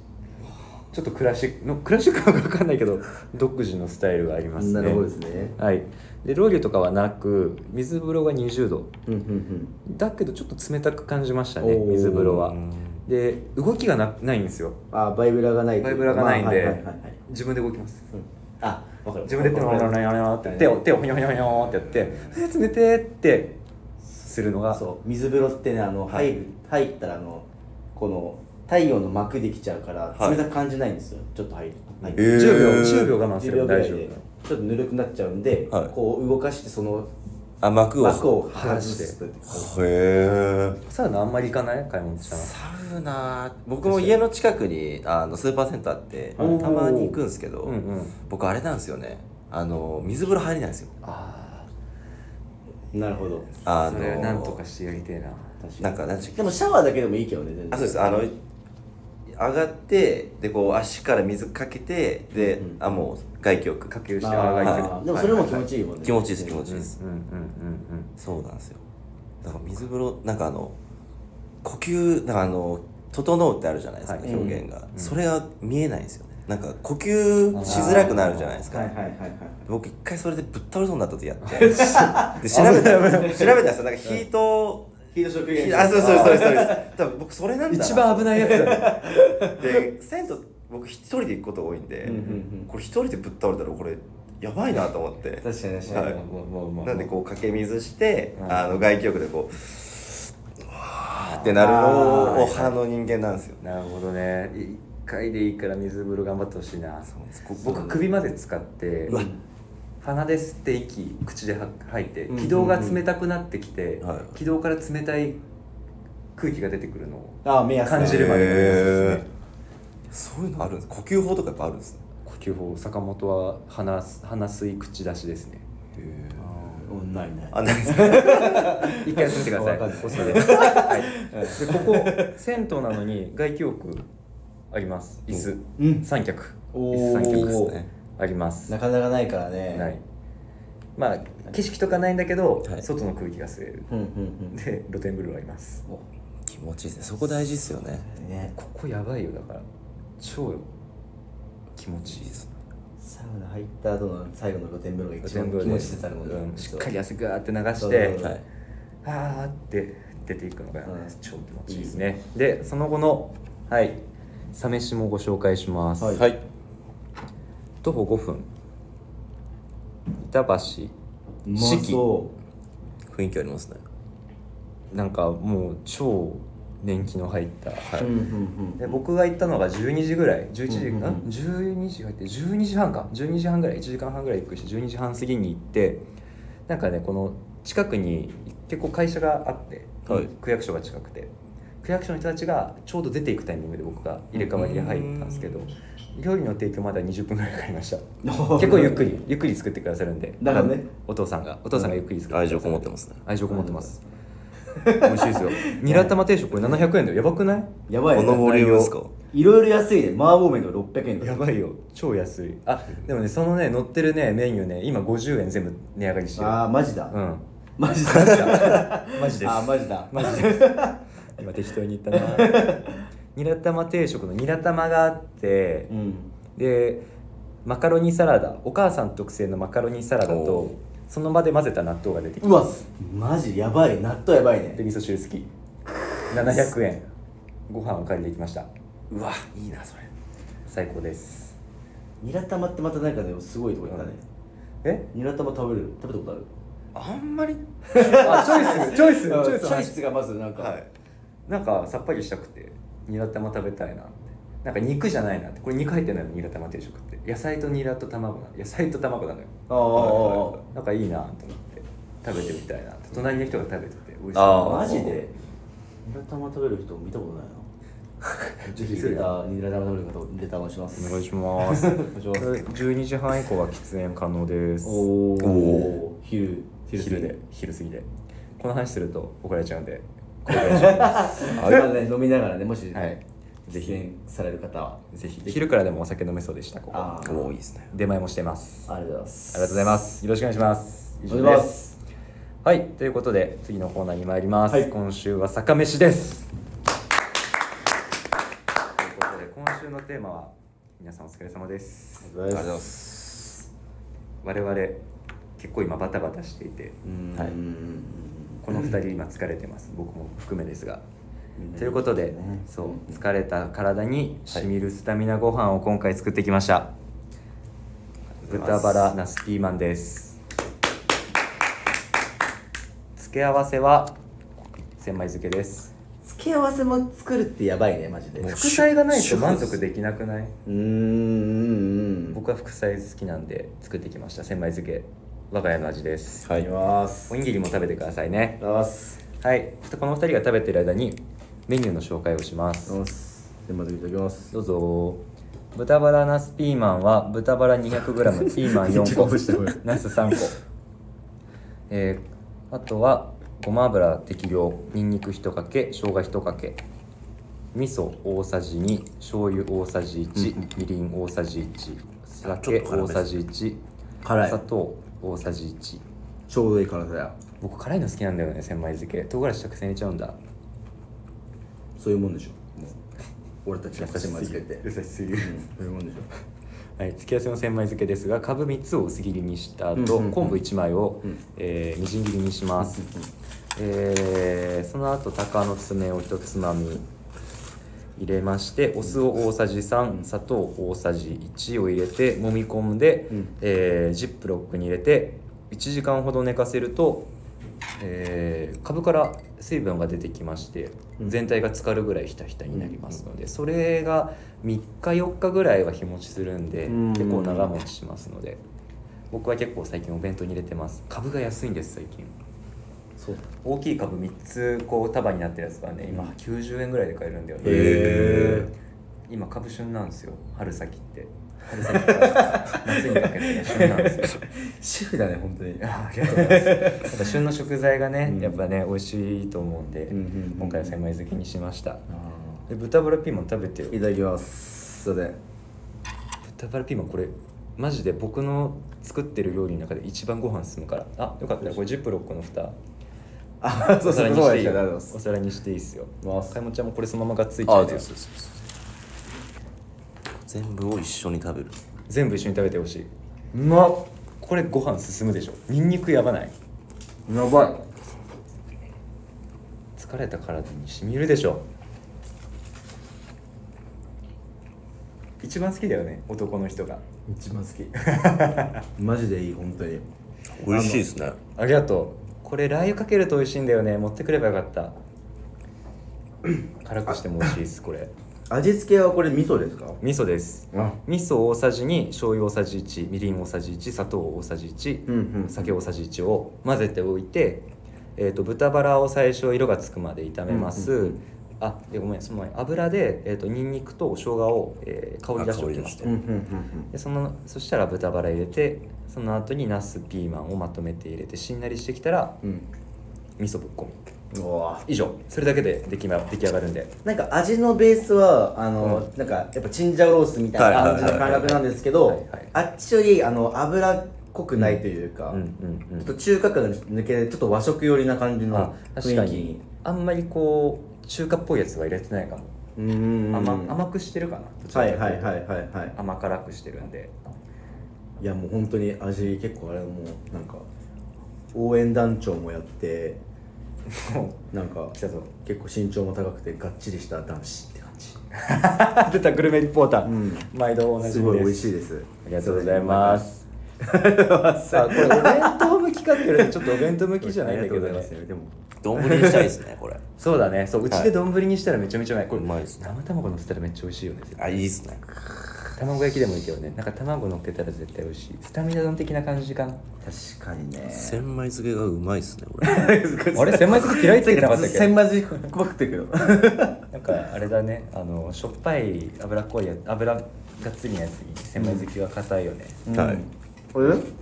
Speaker 1: ちょっとクラシックのクラシックは分かんないけど <laughs> 独自のスタイルがありますね
Speaker 2: なるほどですね
Speaker 1: はいでロウリュとかはなく水風呂が20度
Speaker 2: うんうん
Speaker 1: だけどちょっと冷たく感じましたね
Speaker 2: おー
Speaker 1: 水風呂は
Speaker 3: うん
Speaker 1: で動きがなないんですよ
Speaker 2: うんあバイブラがないとうか
Speaker 1: バイブラがないんで
Speaker 2: まあはいはいはいはい
Speaker 1: 自分で動きます
Speaker 2: うんあわかる
Speaker 1: 自分で手を
Speaker 2: わかる
Speaker 1: って手を手をほにょほにょほにょってやって「え冷て」ってするのが
Speaker 2: そう水風呂ってねあの入る入ったらあのこの太陽の膜できちゃうから
Speaker 3: はい
Speaker 2: 冷たく感じないんですよちょっと入る入
Speaker 3: えー
Speaker 2: る
Speaker 1: 10秒10秒我慢す
Speaker 2: 10
Speaker 1: れ
Speaker 2: 秒
Speaker 1: ば
Speaker 2: ぐら
Speaker 1: 大
Speaker 2: い
Speaker 1: 丈
Speaker 2: で
Speaker 1: 夫
Speaker 2: ちょっとぬるくなっちゃうんで
Speaker 3: はい
Speaker 2: こう動かしてその
Speaker 3: あ幕を
Speaker 2: 膜を外すと
Speaker 3: へえ
Speaker 1: サウナあんまり行かない買い物したら
Speaker 3: サウナ僕も家の近くにあのスーパーセンターあってた
Speaker 1: はい
Speaker 3: まに行くんですけど、
Speaker 1: うんうん
Speaker 3: 僕あれなんですよねあの水風呂入れないんですよ
Speaker 1: あ
Speaker 2: なるほど
Speaker 3: あ
Speaker 1: あ
Speaker 3: の
Speaker 1: それなんとかしてやりてえな
Speaker 2: 確
Speaker 3: なんかなんちゅう
Speaker 2: でもシャワーだけでもいいけどね全然
Speaker 3: あそうですあの上がってでこう足から水かけてで、
Speaker 2: うん
Speaker 3: あもう外気浴
Speaker 1: かけ牛
Speaker 2: あ
Speaker 1: あが
Speaker 2: ー
Speaker 1: いてる
Speaker 3: は
Speaker 2: でもそれも気持
Speaker 1: ち
Speaker 2: ちいいもんね
Speaker 3: 気持ちいいです気持ちいいです、
Speaker 1: うんうんうん
Speaker 3: そうなんですよだから水風呂なんかあの呼吸なんかあの「整う」ってあるじゃないですか、
Speaker 1: はい
Speaker 3: 表現が、それが見えないんですよねなんか呼吸しづらくなるじゃないですか、
Speaker 2: はいはいはいはい
Speaker 3: 僕一回それでぶっ倒れそうになった時やってで調べたら調べたらさなんかヒート
Speaker 2: ヒート食
Speaker 3: ヒあそうそうそうそうです多分僕それなん
Speaker 1: うん
Speaker 3: だな
Speaker 1: 一番危ないやつだね
Speaker 3: で銭湯僕一人で行くことが多いんで、
Speaker 2: うんうんうん
Speaker 3: これ一人でぶっ倒れたらこれやばいなと思って
Speaker 2: 確かに確
Speaker 3: は
Speaker 2: か
Speaker 3: い
Speaker 2: に
Speaker 1: まあまあまあ
Speaker 3: なんでこうかけ水して、
Speaker 1: うん
Speaker 3: あの外気浴でこううわーってなるのを
Speaker 2: あー
Speaker 3: 派の人間なんですよ
Speaker 1: なるほどね一回でいいから水風呂頑張ってほしいな
Speaker 3: そうですこ
Speaker 1: 僕首まで使って
Speaker 3: うわ
Speaker 1: 鼻で吸って息口では吐いて
Speaker 2: ん
Speaker 1: 気道が冷たくなってきて、
Speaker 3: はい
Speaker 1: 気道から冷たい空気が出てくるのを
Speaker 2: あー目安ね
Speaker 1: 感じるまでのやつですね
Speaker 3: そういうのあるんです呼吸法とかやっぱあるんですね
Speaker 1: 呼吸法坂本は鼻す鼻吸い口出しですね
Speaker 3: へ
Speaker 2: あーうんないない
Speaker 3: あないですか
Speaker 1: 一回やってみてください
Speaker 2: <laughs> わかんない
Speaker 1: おすすめです、はい、でここ銭湯なのに外気浴あります椅子、
Speaker 2: うん
Speaker 1: 三脚
Speaker 2: お
Speaker 1: 椅子三脚
Speaker 2: ー
Speaker 3: ね
Speaker 1: あります
Speaker 2: なかなかないからね
Speaker 1: ないまあ景色とかないんだけど、
Speaker 3: はい
Speaker 1: 外の空気が吸える
Speaker 2: うんうん
Speaker 1: で露天風呂あります
Speaker 2: うん
Speaker 3: 気持ちいいですねそこ大事ですよね
Speaker 2: おね
Speaker 1: ここやばいよだから超気持ちいい
Speaker 3: いいですね
Speaker 2: サウナ入った後の最後の露天風呂が
Speaker 1: 露
Speaker 2: 一
Speaker 1: 天
Speaker 2: 番
Speaker 1: 風
Speaker 2: 気
Speaker 1: 呂で
Speaker 2: 持ちいいたるもんね、
Speaker 1: うんしっかり
Speaker 2: や
Speaker 1: 汗ガーって流
Speaker 2: そ
Speaker 1: し
Speaker 2: う
Speaker 1: て
Speaker 2: そう
Speaker 3: はい
Speaker 1: あーって出ていくのが、
Speaker 2: うん
Speaker 1: 超気持ちいいですねでその後のはいサ飯もご紹介します、
Speaker 2: はい
Speaker 3: はい
Speaker 1: 徒歩5分板橋
Speaker 2: うまそ
Speaker 3: 雰囲気ありますね
Speaker 1: なんかもう超年季の入った、
Speaker 2: う、うんうん
Speaker 1: で僕が行ったのが12時ぐらい11時
Speaker 2: うんうんうん
Speaker 1: あ12時入って12時半か12時半ぐらい1時間半ぐらい行くし12時半過ぎに行ってなんかねこの近くに結構会社があって、
Speaker 3: はい
Speaker 1: 区役所が近くて区役所の人たちがちょうど出ていくタイミングで僕が入れ替わりで入ったんですけど料理の提供までは20分ぐらいかかりま
Speaker 3: <laughs>
Speaker 1: した結構ゆっくりゆっくり作ってくださるんで
Speaker 2: だからね
Speaker 1: お父さんがお父さんがゆっくり作ってくださ
Speaker 3: 愛
Speaker 1: る
Speaker 3: 情こもってますね
Speaker 1: 愛情こもってます美味しいですよニラ玉定食これ700円だよやばくない
Speaker 2: うんやばい
Speaker 3: こ
Speaker 2: ね
Speaker 3: のボリュームですか
Speaker 2: いろいろ安いね麻婆麺が600円とか
Speaker 1: やばいよ超安いあでもねそのね乗ってるねメニューね今50円全部値上がりしてる
Speaker 2: ああマジだ、
Speaker 1: うん
Speaker 2: マジだ
Speaker 1: マジです
Speaker 2: あーマジだ
Speaker 1: マジです <laughs> 今適当に言ったなニラ玉定食のニラ玉があって
Speaker 2: うん
Speaker 1: でマカロニサラダお母さん特製のマカロニサラダ
Speaker 3: お
Speaker 1: とその場で混ぜた納豆が出てきて
Speaker 2: うわマジやばい納豆やばい
Speaker 1: で
Speaker 2: ね
Speaker 1: 味噌汁好き700円ご飯を借りてきました
Speaker 3: うわいいなそれ
Speaker 1: 最高です
Speaker 2: ニラ玉ってまたなんかねすごいとこ行ったね、
Speaker 1: え
Speaker 2: ニラ玉食べる食べたことある
Speaker 3: あんまり
Speaker 1: あチョイスチョイスチ
Speaker 2: チ
Speaker 1: ョイス
Speaker 2: ョイスがまずなんか、
Speaker 3: はい
Speaker 1: なんかさっぱりしたくてニラ玉食べたいなってなんか肉じゃないなってこれ肉入ってないのニラ玉定食って野菜とニラと卵なの野菜と卵なのよ
Speaker 2: あああ
Speaker 1: なんかいいなと思って食べてみたいなって隣の人が食べてて美味し
Speaker 3: あ
Speaker 2: あ
Speaker 1: そ
Speaker 2: マジで
Speaker 5: ニラ玉食べる人見たことないな
Speaker 2: <laughs> ぜひニラ玉ニラ玉食べる方ニラ玉します
Speaker 1: うお願いします
Speaker 2: お願いします
Speaker 1: 12時半以降は喫煙可能です
Speaker 2: おー
Speaker 3: お
Speaker 2: 昼
Speaker 1: 昼過ぎで昼過ぎでこの話すると怒られちゃうんで <laughs>
Speaker 2: あ今ね飲みながらねもし、
Speaker 1: はい
Speaker 2: ぜひされる方は
Speaker 1: ぜひ昼からでもお酒飲めそうでしたここ
Speaker 2: あー
Speaker 3: もういいですね
Speaker 1: 出前もしてます
Speaker 2: ありがとう
Speaker 1: あ
Speaker 2: ございま
Speaker 1: り
Speaker 2: す
Speaker 1: がとうございますよろしくお願いします以上
Speaker 2: お願い
Speaker 1: で
Speaker 2: します
Speaker 1: はいということで次のコーナーに参ります、
Speaker 2: はい
Speaker 1: 今週は酒飯ですということで今週のテーマは皆さんお疲れ様です
Speaker 2: ありがとうございます
Speaker 3: す
Speaker 1: 我々結構今バタバタしていて
Speaker 2: うん
Speaker 3: はい
Speaker 1: この2人今疲れてます僕も含めですが
Speaker 2: うん
Speaker 1: ということで、
Speaker 2: ね
Speaker 1: そう疲れた体にしみるスタミナご飯を今回作ってきました、豚バラナスピーマンです付け合わせは千枚漬けです
Speaker 2: 付け合わせも作るってやばいねマジでう
Speaker 3: もう
Speaker 1: 副菜がないと満足できなくない
Speaker 2: ーんうんうん
Speaker 1: 僕は副菜好きなんで作ってきました千枚漬け我が家の味です
Speaker 3: はい
Speaker 2: いきます
Speaker 1: おにぎりも食べてくださいね
Speaker 2: おはようございます
Speaker 1: はいちょっとこの二人が食べてる間にメニューの紹介をします
Speaker 2: おはようございますでまずいただきます
Speaker 1: どうぞ豚バラナスピーマンは豚バラ 200g ピーマン4個 <laughs> ナス3個えーあとはごま油適量にんにく1かけ生姜1かけ味噌大さじ2醤油大さじ1みりん大さじ1酒大さじ1
Speaker 2: 辛い
Speaker 1: 砂糖大さじ1
Speaker 2: ちょうどいい辛さや
Speaker 1: 僕辛いの好きなんだよね千枚漬け唐辛子たくさん入れちゃうんだ
Speaker 2: そういうもんでしょもう俺たちが口までつけて
Speaker 1: 優しすぎる
Speaker 2: そういうもんでしょ
Speaker 1: はい、付き合わせの千枚漬けですが、かぶ3つを薄切りにした後、
Speaker 2: うんうんうん
Speaker 1: 昆布1枚を、
Speaker 2: うん
Speaker 1: えーみじん切りにします。
Speaker 2: うんうん
Speaker 1: えーその後、鷹の爪を一つまみ入れまして、お酢を大さじ3、砂糖大さじ1を入れて揉み込んで、
Speaker 2: うん
Speaker 1: えージップロックに入れて1時間ほど寝かせると、えー、株から水分が出てきまして、
Speaker 2: うん
Speaker 1: 全体が浸かるぐらいひたひたになりますので、それが3日4日ぐらいは日持ちするんで、
Speaker 2: うん
Speaker 1: 結構長持ちしますので僕は結構最近お弁当に入れてます株が安いんです最近
Speaker 2: そう
Speaker 1: 大きい株3つこう束になってるやつがね今90円ぐらいで買えるんだよね
Speaker 2: へ
Speaker 1: 今株旬なんですよ春先って春先から夏にかけてが旬なんですよ
Speaker 2: 主婦だね本当に
Speaker 1: あありがとうございます。やっぱ旬の食材がね、
Speaker 2: うん
Speaker 1: やっぱね、美味しいと思うんで、
Speaker 2: んうんうん
Speaker 1: 今回は千枚漬けにしました。
Speaker 2: あ
Speaker 1: で、豚バラピーマン食べてよ
Speaker 2: ーい。ただきますそれで
Speaker 1: 豚バラピーマン、これ、マジで僕の作ってる料理の中で一番ご飯進むから。あ、よかったら、これジップロックの蓋。
Speaker 2: あそう
Speaker 1: お
Speaker 2: そう
Speaker 1: 皿に
Speaker 2: そう
Speaker 1: し
Speaker 2: そう
Speaker 1: ていい
Speaker 2: で
Speaker 1: よ
Speaker 2: すありがとうございま。
Speaker 1: お
Speaker 2: す
Speaker 1: 皿にしていいっすよ。
Speaker 2: わす
Speaker 1: かいもちゃんもこれそのままがっついちゃ
Speaker 3: あ
Speaker 1: う
Speaker 3: そ
Speaker 1: ね
Speaker 3: うそうそう全部を一緒に食べる
Speaker 1: 全部一緒に食べてほしい。うまっ。これご飯進むでしょ。ニンニクやばない。
Speaker 2: やばい
Speaker 1: 疲れた体にしみるでしょ一番好きだよね男の人が
Speaker 2: 一番好きマジでいい本当に
Speaker 3: 美味しいですね
Speaker 1: ありがとうこれラー油かけると美味しいんだよね持ってくればよかった辛くしても美味しいですこれ
Speaker 2: 味付けはこれ味噌ですか
Speaker 1: 味噌です
Speaker 2: あ
Speaker 1: 味噌大さじ2醤油大さじ1みりん大さじ1砂糖大さじ1、
Speaker 2: うんうん
Speaker 1: 酒大さじ1を混ぜておいて、えー、と豚バラを最初色がつくまで炒めます、
Speaker 2: うんうんうん
Speaker 1: あでごめんその前油で、えー、とニンニクと生姜を、えー香り出しておきまし
Speaker 3: あ香り出してて
Speaker 2: うんうんうん
Speaker 1: でそのそしたら豚バラ入れてその後にナスピーマンをまとめて入れてしんなりしてきたら
Speaker 2: うん
Speaker 1: 味噌ぶっこみ
Speaker 2: うんうわ
Speaker 1: 以上それだけで出来,、ま、出来上がるんで
Speaker 2: なんか味のベースはあの、なんかやっぱチンジャオロースみたいな感じの感覚なんですけ
Speaker 1: はいはいは
Speaker 2: ど
Speaker 1: いはい
Speaker 2: あっちよりあの脂っこくないというか、
Speaker 1: うんうんう
Speaker 2: ちょっ
Speaker 1: ん
Speaker 2: と中華感が抜けてちょっと和食寄りな感じ
Speaker 1: あ
Speaker 2: の
Speaker 1: 確
Speaker 2: 雰
Speaker 1: か
Speaker 2: 囲気
Speaker 1: に
Speaker 2: に
Speaker 1: あんまりこう中華っぽいやつは入れてないかも
Speaker 2: うんうんうん
Speaker 1: 甘甘くしてるかなどちら
Speaker 2: は
Speaker 1: かと
Speaker 2: いう
Speaker 1: と
Speaker 2: はいはいはいはい
Speaker 1: 甘辛くしてるんで
Speaker 2: いやもう本当に味結構あれもうなんか応援団長も
Speaker 1: <laughs>
Speaker 2: やってなんか
Speaker 1: 来たぞ
Speaker 2: 結構身長も高くてがっちりした男子って感じ
Speaker 1: 出たグルメリポーター、
Speaker 2: うん
Speaker 1: 毎度おなじみです
Speaker 2: すごい美味しいです
Speaker 1: ありがとうございます <laughs> あこれお弁当向きかって言われるとちょっとお弁当向きじゃないんだけどね
Speaker 2: でも
Speaker 3: 丼にしたいですねこれ
Speaker 1: そうだねそううちで丼にしたらめちゃめちゃうまいこれ
Speaker 3: うまいですね
Speaker 1: 生卵乗せたらめっちゃ美味しいよね絶対
Speaker 3: あいいですね
Speaker 1: 卵焼きでもいいけどねなんか卵乗ってたら絶対美味しいスタミナ丼的な感じかな
Speaker 2: 確かにね
Speaker 3: 千枚漬けがう <laughs> まいですねこれ
Speaker 1: あれ千枚漬け嫌いって言ってなかったっ <laughs> け
Speaker 2: 千枚漬けばっか食って <laughs> るけど
Speaker 1: なんかあれだねあのしょっぱい脂っこいや油がつりのやつに千枚漬けは硬いよね、
Speaker 3: は
Speaker 4: え
Speaker 3: い
Speaker 2: <laughs>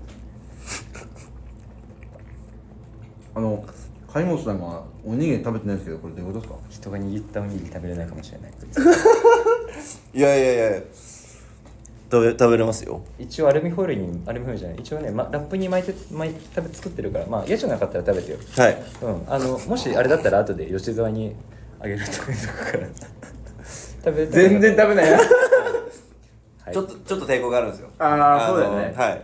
Speaker 2: あの貝本さんがおにぎり食べてないですけどこれどういうことです
Speaker 1: 人が握ったおにぎり食べれないかもしれない
Speaker 3: いやいやいや食べ食べれますよ
Speaker 1: 一応アルミホイルにアルミホイルじゃない一応ね、ま、ラップに巻いて巻い食べ作ってるからまあ嫌じゃなかったら食べてよ
Speaker 3: はい
Speaker 1: うんあのもしあれだったら後で吉沢にあげるとかいうとこから <laughs> 食べ
Speaker 2: か全然食べない
Speaker 1: はい
Speaker 3: ちょっとちょっと抵抗があるんですよ
Speaker 2: ああそ
Speaker 3: の
Speaker 2: うだよね
Speaker 3: はい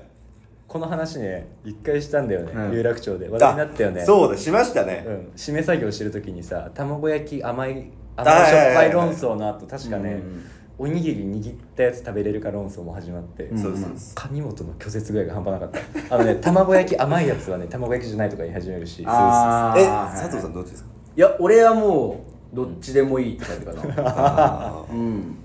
Speaker 1: この話ね一回したんだよね、
Speaker 2: うん
Speaker 1: 有楽町で話題になったよね
Speaker 3: あそうだしましたね、
Speaker 1: うん、締め作業してる時にさ卵焼き甘い
Speaker 3: あ
Speaker 1: 甘いしょっ
Speaker 3: は
Speaker 1: ぱ
Speaker 3: いはいいはい
Speaker 1: 論争の後確かね、
Speaker 2: うん
Speaker 1: おにぎり握ったやつ食べれるか論争も始まって、
Speaker 2: ん
Speaker 3: そうですそうです
Speaker 1: 上本の拒絶具合が半端なかったあ <laughs> のね卵焼き甘いやつはね卵焼きじゃないとか言い始めるし
Speaker 2: <laughs> あー
Speaker 3: え
Speaker 2: はい
Speaker 3: 佐藤さんどっちですか
Speaker 2: いや俺はもうどっちでもいいって感じかな
Speaker 3: あー
Speaker 2: うん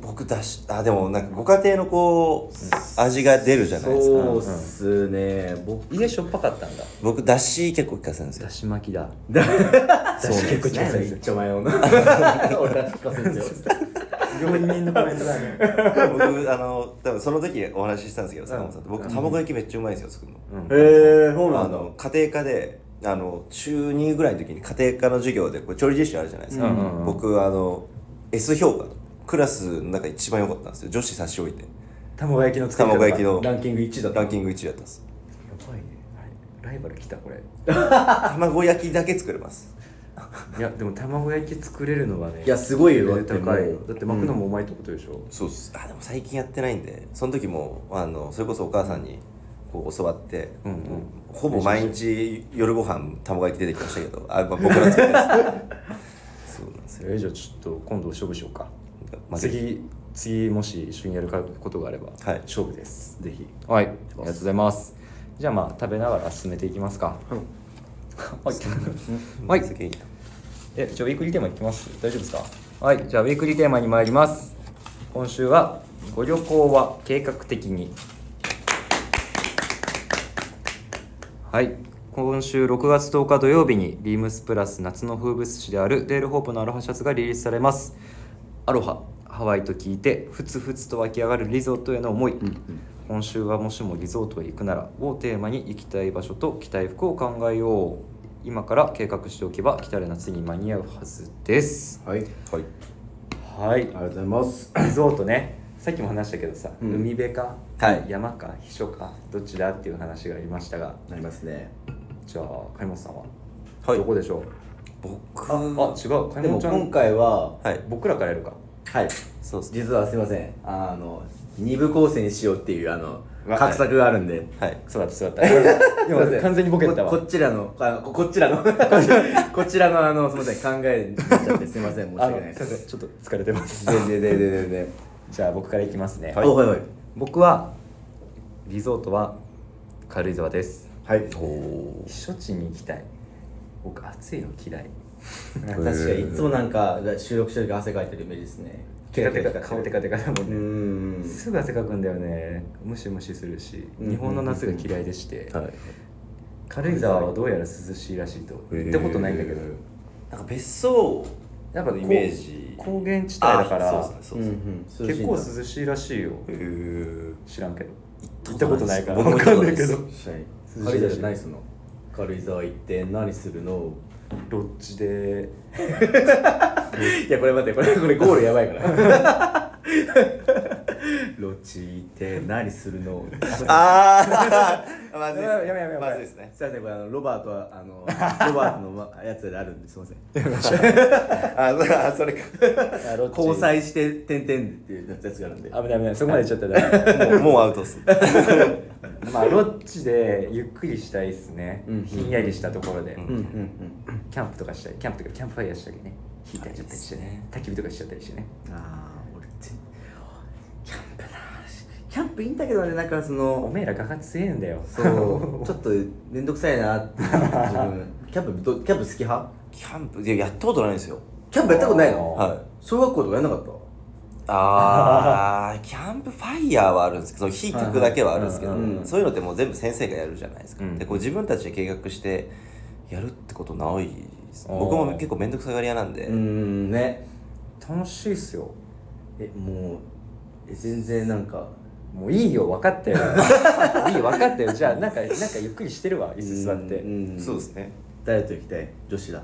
Speaker 3: 僕だしあでもなんかご家庭のこう味が出るじゃないですか
Speaker 2: そうっすね僕
Speaker 1: 家しょっぱかったんだ
Speaker 3: 僕だし結構効かせるんですよ
Speaker 1: だし巻きだ
Speaker 2: そう結構
Speaker 1: なんですね
Speaker 2: 一丁前の俺は聞かせてよ
Speaker 1: 病人のコメントだね
Speaker 3: 僕あの多分その時お話ししたんですけど坂本さんと僕卵焼きめっちゃうまいんですよ作るの、
Speaker 2: へえそう
Speaker 3: あの家庭科であの中2ぐらいの時に家庭科の授業でこれ調理実習あるじゃないですか、
Speaker 1: うんうんうん
Speaker 3: 僕あの S 評価クラスの中一番良かったんですよ女子差し置いて
Speaker 1: 卵焼きの作り方
Speaker 3: 卵焼きの
Speaker 2: ランキング1位だった
Speaker 3: ランキング1位だったんです
Speaker 1: やばいねあれライバル来たこれ
Speaker 3: 卵焼きだけ作れます
Speaker 1: いやでも卵焼き作れるのはね
Speaker 2: いやすごいよ
Speaker 1: レベル高
Speaker 2: だっ
Speaker 1: い
Speaker 2: てもう
Speaker 1: だって巻くのもうまいってことでしょ、
Speaker 3: そうっすあでも最近やってないんでその時もあのそれこそお母さんにこう教わって、
Speaker 1: うんうん
Speaker 3: ほぼ毎日夜ご飯卵焼き出てきましたけどあ、まあ、僕ら作ってます <laughs> そうなんですよ
Speaker 1: えーじゃあちょっと今度勝負しようか
Speaker 3: 負け
Speaker 1: 次次もし一緒にやるかことがあれば、
Speaker 3: はい
Speaker 1: 勝負ですぜひはいありがとうございますじゃあまあ食べながら進めていきますか <laughs> はいはい
Speaker 3: すげえいいな
Speaker 1: えじゃあウィークリーテーマいきます大丈夫ですかはいじゃあウィークリーテーマに参ります今週は「ご旅行は計画的に」はい今週6月10日土曜日にビームスプラス夏の風物詩であるデールホープのアロハシャツがリリースされますアロハハワイと聞いてふつふつと湧き上がるリゾートへの思い、今週はもしもリゾートへ行くならをテーマに行きたい場所と着たい服を考えよう今から計画しておけば来たる夏に間に合うはずです
Speaker 2: はいあり
Speaker 3: はい
Speaker 1: はい
Speaker 2: がとうございます
Speaker 1: リゾートねさっきも話したけどさ、
Speaker 2: うん
Speaker 1: 海辺か、
Speaker 2: はい
Speaker 1: 山か秘書かどっちだっていう話がありましたが
Speaker 2: なりますね
Speaker 1: じゃあ貝本さんは、
Speaker 3: はい
Speaker 1: どこでしょう
Speaker 3: 僕
Speaker 1: あ違う
Speaker 2: で
Speaker 1: 貝
Speaker 2: も
Speaker 1: 本ちゃん
Speaker 2: 今回は
Speaker 3: はい
Speaker 1: 僕らからやるか
Speaker 2: はい
Speaker 3: そうですね
Speaker 2: 実はすいませんあの二部構成にしようっていうあの
Speaker 1: わ
Speaker 2: 画策があるんで
Speaker 3: はい
Speaker 1: そうだったそうだった
Speaker 2: すいませ
Speaker 1: <laughs> 今
Speaker 2: ん
Speaker 1: 完全にボケてたわ
Speaker 2: ここちらのあここっちらの <laughs> こちらのあのすいません考えになっちゃってすいません申し
Speaker 1: あ
Speaker 2: 訳
Speaker 1: の
Speaker 2: ないです
Speaker 1: すいませんちょっと疲れてます
Speaker 2: でででででで
Speaker 1: じゃあ僕からいきますね、
Speaker 2: おはいはい
Speaker 1: 僕はリゾートは軽井沢です
Speaker 2: はい
Speaker 1: 避暑地に行きたい僕暑いの嫌い
Speaker 2: 確かにいつもなんか収録してる時汗かいてるイメージですね
Speaker 1: <laughs> テカテカ顔テカテカだもん
Speaker 2: う
Speaker 1: ね、
Speaker 2: ん
Speaker 1: すぐ汗かくんだよねムシムシするし、
Speaker 2: うん
Speaker 1: 日本の夏が嫌いでして、
Speaker 3: はい
Speaker 1: 軽井沢はどうやら涼しいらしいと行ったことないんだけど、
Speaker 3: なんか別荘
Speaker 1: やっぱこう
Speaker 3: イメージ
Speaker 1: 高原地帯だから
Speaker 3: あそうですねそうですね
Speaker 1: 結
Speaker 2: 結
Speaker 1: 構涼しいらしいよ
Speaker 3: へー
Speaker 1: 知らんけど
Speaker 3: 行
Speaker 1: 行
Speaker 3: っ
Speaker 1: ったた
Speaker 3: こ
Speaker 1: ことと
Speaker 3: な
Speaker 1: ないい
Speaker 3: か
Speaker 1: からら分かんないけど
Speaker 2: 軽井沢じゃないその軽井沢行って何するの
Speaker 1: ロッジで
Speaker 2: いやこれ待ってこれこれゴールやばいから <laughs>
Speaker 1: <laughs>
Speaker 2: ロッチ行って何 <laughs> するの
Speaker 3: あ
Speaker 1: <laughs>
Speaker 3: あまずいです
Speaker 1: やばいやばいやばいやばい
Speaker 3: まずいですね
Speaker 2: すいませんこれあのロバートはあ <laughs> のロバートのまやつであるんですいません
Speaker 3: あそあそれか
Speaker 2: 交際して点々っていうやつがあるんで
Speaker 1: 危ない危ないそこまで行っちゃったらダメ
Speaker 3: もうもうアウトっす
Speaker 1: まあロッジでゆっくりしたいですね、
Speaker 2: うん
Speaker 1: ひんやりしたところで、
Speaker 2: うんうん
Speaker 1: キャンプとかしたりキャンプとかキャンプファイヤーしたりね火焚いちゃったりしてね焚き火とかしちゃったりしてね
Speaker 2: うんああ俺ってキャンプの話キキャンプいいんだけどねなんかそ
Speaker 1: お
Speaker 2: の
Speaker 1: めえら画が強えんだよ
Speaker 2: <laughs> そうちょっと面倒くさいな <laughs> って自分キャンプどキャンプ好き派
Speaker 3: キャンプでやったことないんですよ
Speaker 2: キャンプやったことないの
Speaker 3: はい
Speaker 2: 小学校とかやんなかった
Speaker 3: あーキャンプファイヤーはあるんですけどその火焚くだけはあるんですけど、
Speaker 2: はいはいうんうん
Speaker 3: そういうのってもう全部先生がやるじゃないですか、
Speaker 1: うん
Speaker 3: でこう自分たちで計画してやるってことないです
Speaker 1: おー
Speaker 3: 僕も結構面倒くさがり屋なんで、
Speaker 2: うーんね
Speaker 1: 楽しいっすよ
Speaker 2: えもうえ全然なんか
Speaker 1: もういいよ分かったよ <laughs> いいよ分かったよじゃあなんかなんかゆっくりしてるわ椅子座って
Speaker 2: んん
Speaker 3: そうですね
Speaker 2: 誰と行きたい女子だ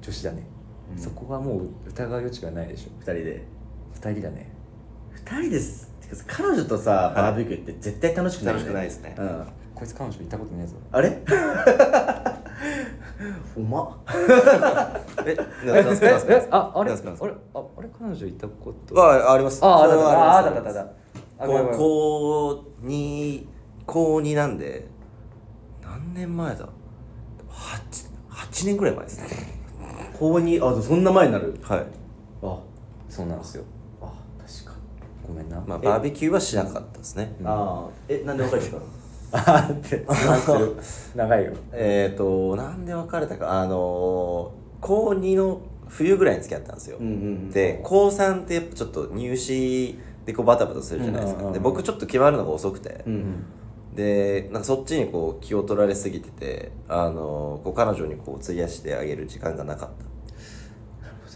Speaker 1: 女子だね、そこはもう疑う余地がないでしょ
Speaker 2: 二人で
Speaker 1: 二人だね
Speaker 2: 二人ですてかさ彼女とさバーベキューって絶対楽しくないよ
Speaker 3: 楽しくないですね
Speaker 2: うん
Speaker 1: こいつ彼女いたことねえぞ
Speaker 2: あれうまっ
Speaker 3: えななんですかなんですかなんですか
Speaker 1: ああれあれ
Speaker 3: なんですかなんです
Speaker 1: あれああれ彼女いたこと
Speaker 3: かああります
Speaker 1: ああだ
Speaker 3: それは
Speaker 1: だあ
Speaker 3: り
Speaker 1: だ
Speaker 3: ます
Speaker 1: だだだあごめんごめん
Speaker 3: 高校に高2なんで何年前だ 8, 8年ぐらい前ですね
Speaker 2: 高にあそんな前になる
Speaker 3: はい
Speaker 2: あ
Speaker 1: そうなんですよ
Speaker 2: あ確か
Speaker 1: ごめんな、
Speaker 3: まあバーベキューはしなかったですね
Speaker 2: にああえなんで別れてたの
Speaker 1: あーって <laughs> 長いよ
Speaker 3: えっ、ー、となんで別れたかあのー高2の冬ぐらいに付き合ったんですよ、
Speaker 2: うんうん
Speaker 3: で高3ってやっぱちょっと入試でこうバタバタするじゃないですか、
Speaker 1: うんうんうん
Speaker 3: で僕ちょっと決まるのが遅くて、
Speaker 2: うん
Speaker 3: でなんかそっちにこう気を取られすぎててあのこう彼女にこう費やしてあげる時間がなかっ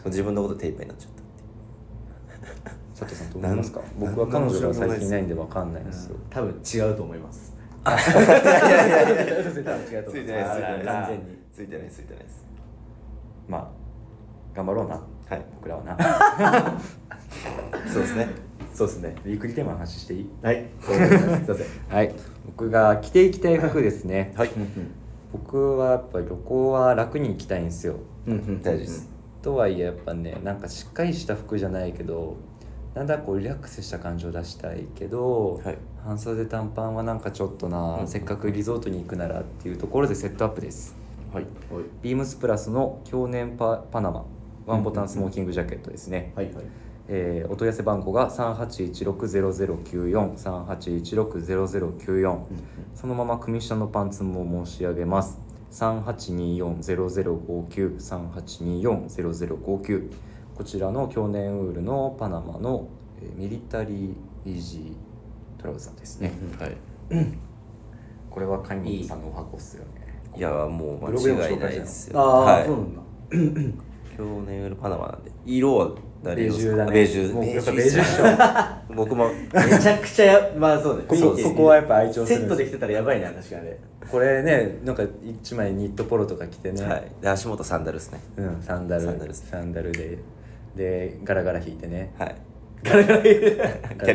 Speaker 3: た自分のこと手いっぱいになっちゃった
Speaker 1: 佐藤さんどう思いますか僕は彼女が最近いないんでわかんないんですよ
Speaker 2: 多分違うと <laughs> 思います多分違うと思います
Speaker 3: ついてないで
Speaker 2: あ
Speaker 3: す
Speaker 2: ー完全に
Speaker 3: ついてないですついてないです
Speaker 1: まあ頑張ろうな
Speaker 3: はい
Speaker 1: 僕ら
Speaker 3: <laughs>
Speaker 1: はな
Speaker 3: そうですね
Speaker 2: そうですね
Speaker 1: ウィークリーテーマの話していい
Speaker 2: はいそうですねすいません
Speaker 1: <laughs> はい僕が着ていきたい服ですね
Speaker 3: はい
Speaker 1: 僕はやっぱ旅行は楽に行きたいんですよ
Speaker 2: うんうん
Speaker 3: 大丈夫です
Speaker 1: とはいえやっぱねなんかしっかりした服じゃないけどなんだかこうリラックスした感じを出したいけど、
Speaker 3: はい
Speaker 1: 半袖短パンはなんかちょっとな、
Speaker 3: うん
Speaker 1: せっかくリゾートに行くならっていうところでセットアップです
Speaker 3: はい
Speaker 2: おい
Speaker 1: ビームスプラスの去年パパナマワンボタンスモーキングジャケットですね、
Speaker 2: はいはい
Speaker 1: えーお問い合わせ番号が38160094 38160094、そのまま組下のパンツも申し上げます38240059 38240059こちらの去年ウールのパナマの、えーミリタリーイージートラウザーですね、
Speaker 3: はい
Speaker 1: これはカニさんのお箱っすよね
Speaker 3: いやもう
Speaker 1: ブログでも
Speaker 3: 間違い
Speaker 1: 紹
Speaker 3: な
Speaker 1: 介した
Speaker 3: い
Speaker 1: の
Speaker 3: ですよ
Speaker 2: ああ、
Speaker 3: はい
Speaker 2: そうなんだ
Speaker 3: 今日ね夜パナマなんで色は誰
Speaker 1: ベー
Speaker 3: 色で
Speaker 1: ジ
Speaker 3: す
Speaker 1: ュだ
Speaker 3: か
Speaker 1: ね
Speaker 3: ベージュ
Speaker 1: もう
Speaker 3: ベ
Speaker 1: や
Speaker 3: ー
Speaker 1: っ
Speaker 3: ジ
Speaker 1: ぱ
Speaker 3: ュ
Speaker 1: ベージュっしょ
Speaker 3: <laughs> 僕も
Speaker 2: めちゃくちゃやまあそうね
Speaker 1: こ
Speaker 2: 雰囲気
Speaker 1: そこはやっぱ愛情す
Speaker 2: セ
Speaker 1: るんです
Speaker 2: ットできてたらやばいな確かにね
Speaker 1: これねなんか一枚ニットポロとか着てね、
Speaker 3: はいで足元サンダルですね
Speaker 1: うん、サンダル
Speaker 3: サンダルっす
Speaker 1: サンダルででガラガラ引いてね
Speaker 3: はい
Speaker 1: キ
Speaker 3: ャリー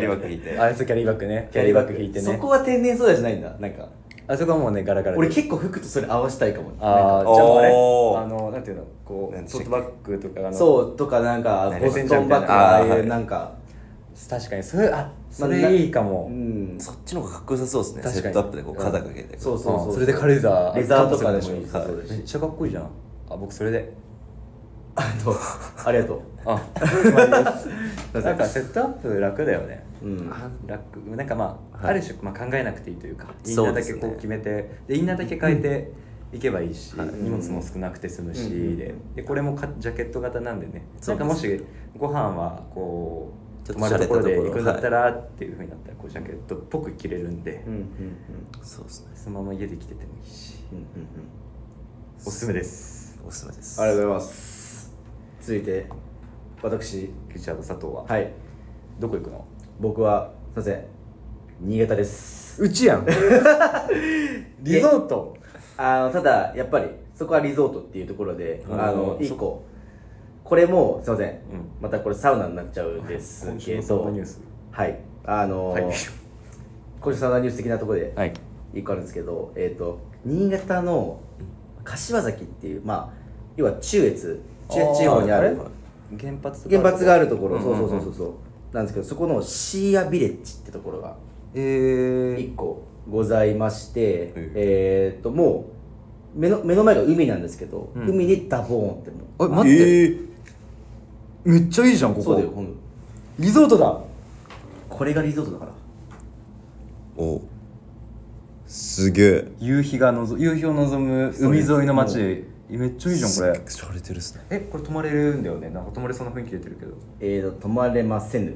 Speaker 3: バッグ引いて
Speaker 1: あそうキャリーバッグねキャリーバッグ引いてね
Speaker 2: そこは天然そうじゃないんだなんか
Speaker 1: あそこはもうねガラガラで
Speaker 2: 俺結構服とそれ合わせたいかも
Speaker 1: あ
Speaker 2: なん
Speaker 1: あ
Speaker 2: か
Speaker 1: じゃああれ
Speaker 3: おー
Speaker 1: あのなんていうのこう
Speaker 3: なんでし
Speaker 1: ト
Speaker 3: た
Speaker 1: ー
Speaker 3: っ
Speaker 1: トバ
Speaker 3: け
Speaker 1: ッグとかあの
Speaker 2: そうとかなんか
Speaker 1: ね
Speaker 2: ボストンバッグとかああ
Speaker 3: レジェンド
Speaker 2: いう
Speaker 3: みたいなあー
Speaker 2: なんか
Speaker 1: 確かにそれあそ
Speaker 2: まあな
Speaker 1: れいいか
Speaker 2: う
Speaker 1: も、
Speaker 2: ん
Speaker 3: そっちの方がかっこよさそうですね
Speaker 1: 確か
Speaker 3: セ
Speaker 1: に
Speaker 3: ットアップでこう肩かけて
Speaker 2: そうそうそう
Speaker 1: あそれで軽井沢
Speaker 2: レザーとかでもいいし
Speaker 1: か
Speaker 2: そうだし
Speaker 1: めっちゃかっこいいじゃんあ僕それで
Speaker 2: あとあり
Speaker 1: <laughs>
Speaker 2: がと
Speaker 1: あなんかセットアップ楽だよね
Speaker 2: ううん
Speaker 1: あ楽なんかまあ、
Speaker 3: はい
Speaker 1: ある種、まあ、考えなくていいというかインナ
Speaker 3: そ
Speaker 1: ー
Speaker 3: うで
Speaker 1: だけ
Speaker 3: すね
Speaker 1: こう決めてで,、インナーだけ変えていけばいいし、荷物も少なくて済むし、
Speaker 2: うん
Speaker 1: ででこれもかジャケット型なんでね
Speaker 3: そ
Speaker 1: な
Speaker 3: うんで
Speaker 1: か
Speaker 3: す
Speaker 1: もしご飯はこう
Speaker 3: ちょっ
Speaker 1: 泊
Speaker 3: と
Speaker 1: まるところで行くんだったら、
Speaker 3: は
Speaker 1: っていうふうになったらこうジャケットっぽく着れるんで、
Speaker 2: うんうん
Speaker 3: そうですね
Speaker 1: そのまま家で着ててもいいし
Speaker 2: うんうんうん
Speaker 1: おすすめです
Speaker 3: おすすめです
Speaker 2: ありがとうございます続いて私
Speaker 1: リチャード佐藤は、
Speaker 2: はい
Speaker 1: どこ行くの
Speaker 2: 僕はすいません新潟です
Speaker 1: うちや <laughs> んリゾート
Speaker 2: あのただやっぱりそこはリゾートっていうところで
Speaker 3: うん
Speaker 2: あの一個これもすいません、
Speaker 1: ん
Speaker 2: またこれサウナになっちゃうんですけ
Speaker 1: 今週のサウナ
Speaker 2: ど
Speaker 1: ニュース
Speaker 2: はいあの、
Speaker 1: はい
Speaker 2: 今週サウナニュース的なところで
Speaker 1: はい
Speaker 2: 一個あるんですけど、えっ、と新潟の柏崎っていうまあ要は中越中越地方にある
Speaker 1: 原発とか
Speaker 2: 原発があるところ、
Speaker 1: うん
Speaker 2: そうそうそうそうそうなんですけどそこのシーアビレッジってところが
Speaker 1: えー、
Speaker 2: 1個ございまして、え
Speaker 3: え
Speaker 2: ーっともう目の目の前が海なんですけど、
Speaker 1: うん
Speaker 2: 海にダボーンっても
Speaker 1: え
Speaker 2: う
Speaker 1: 待って、
Speaker 3: えー
Speaker 1: めっちゃいいじゃんここ
Speaker 2: そうだよほん
Speaker 1: リゾートだ
Speaker 2: これがリゾートだから
Speaker 3: おすげえ
Speaker 1: 夕日がのぞ夕日を望む海沿いの街めっちゃいいじゃんこれ
Speaker 3: しゃれてるっすね
Speaker 1: えこれ泊まれるんだよねなんか泊まれそうな雰囲気出てるけど
Speaker 2: えーと泊まれませぬ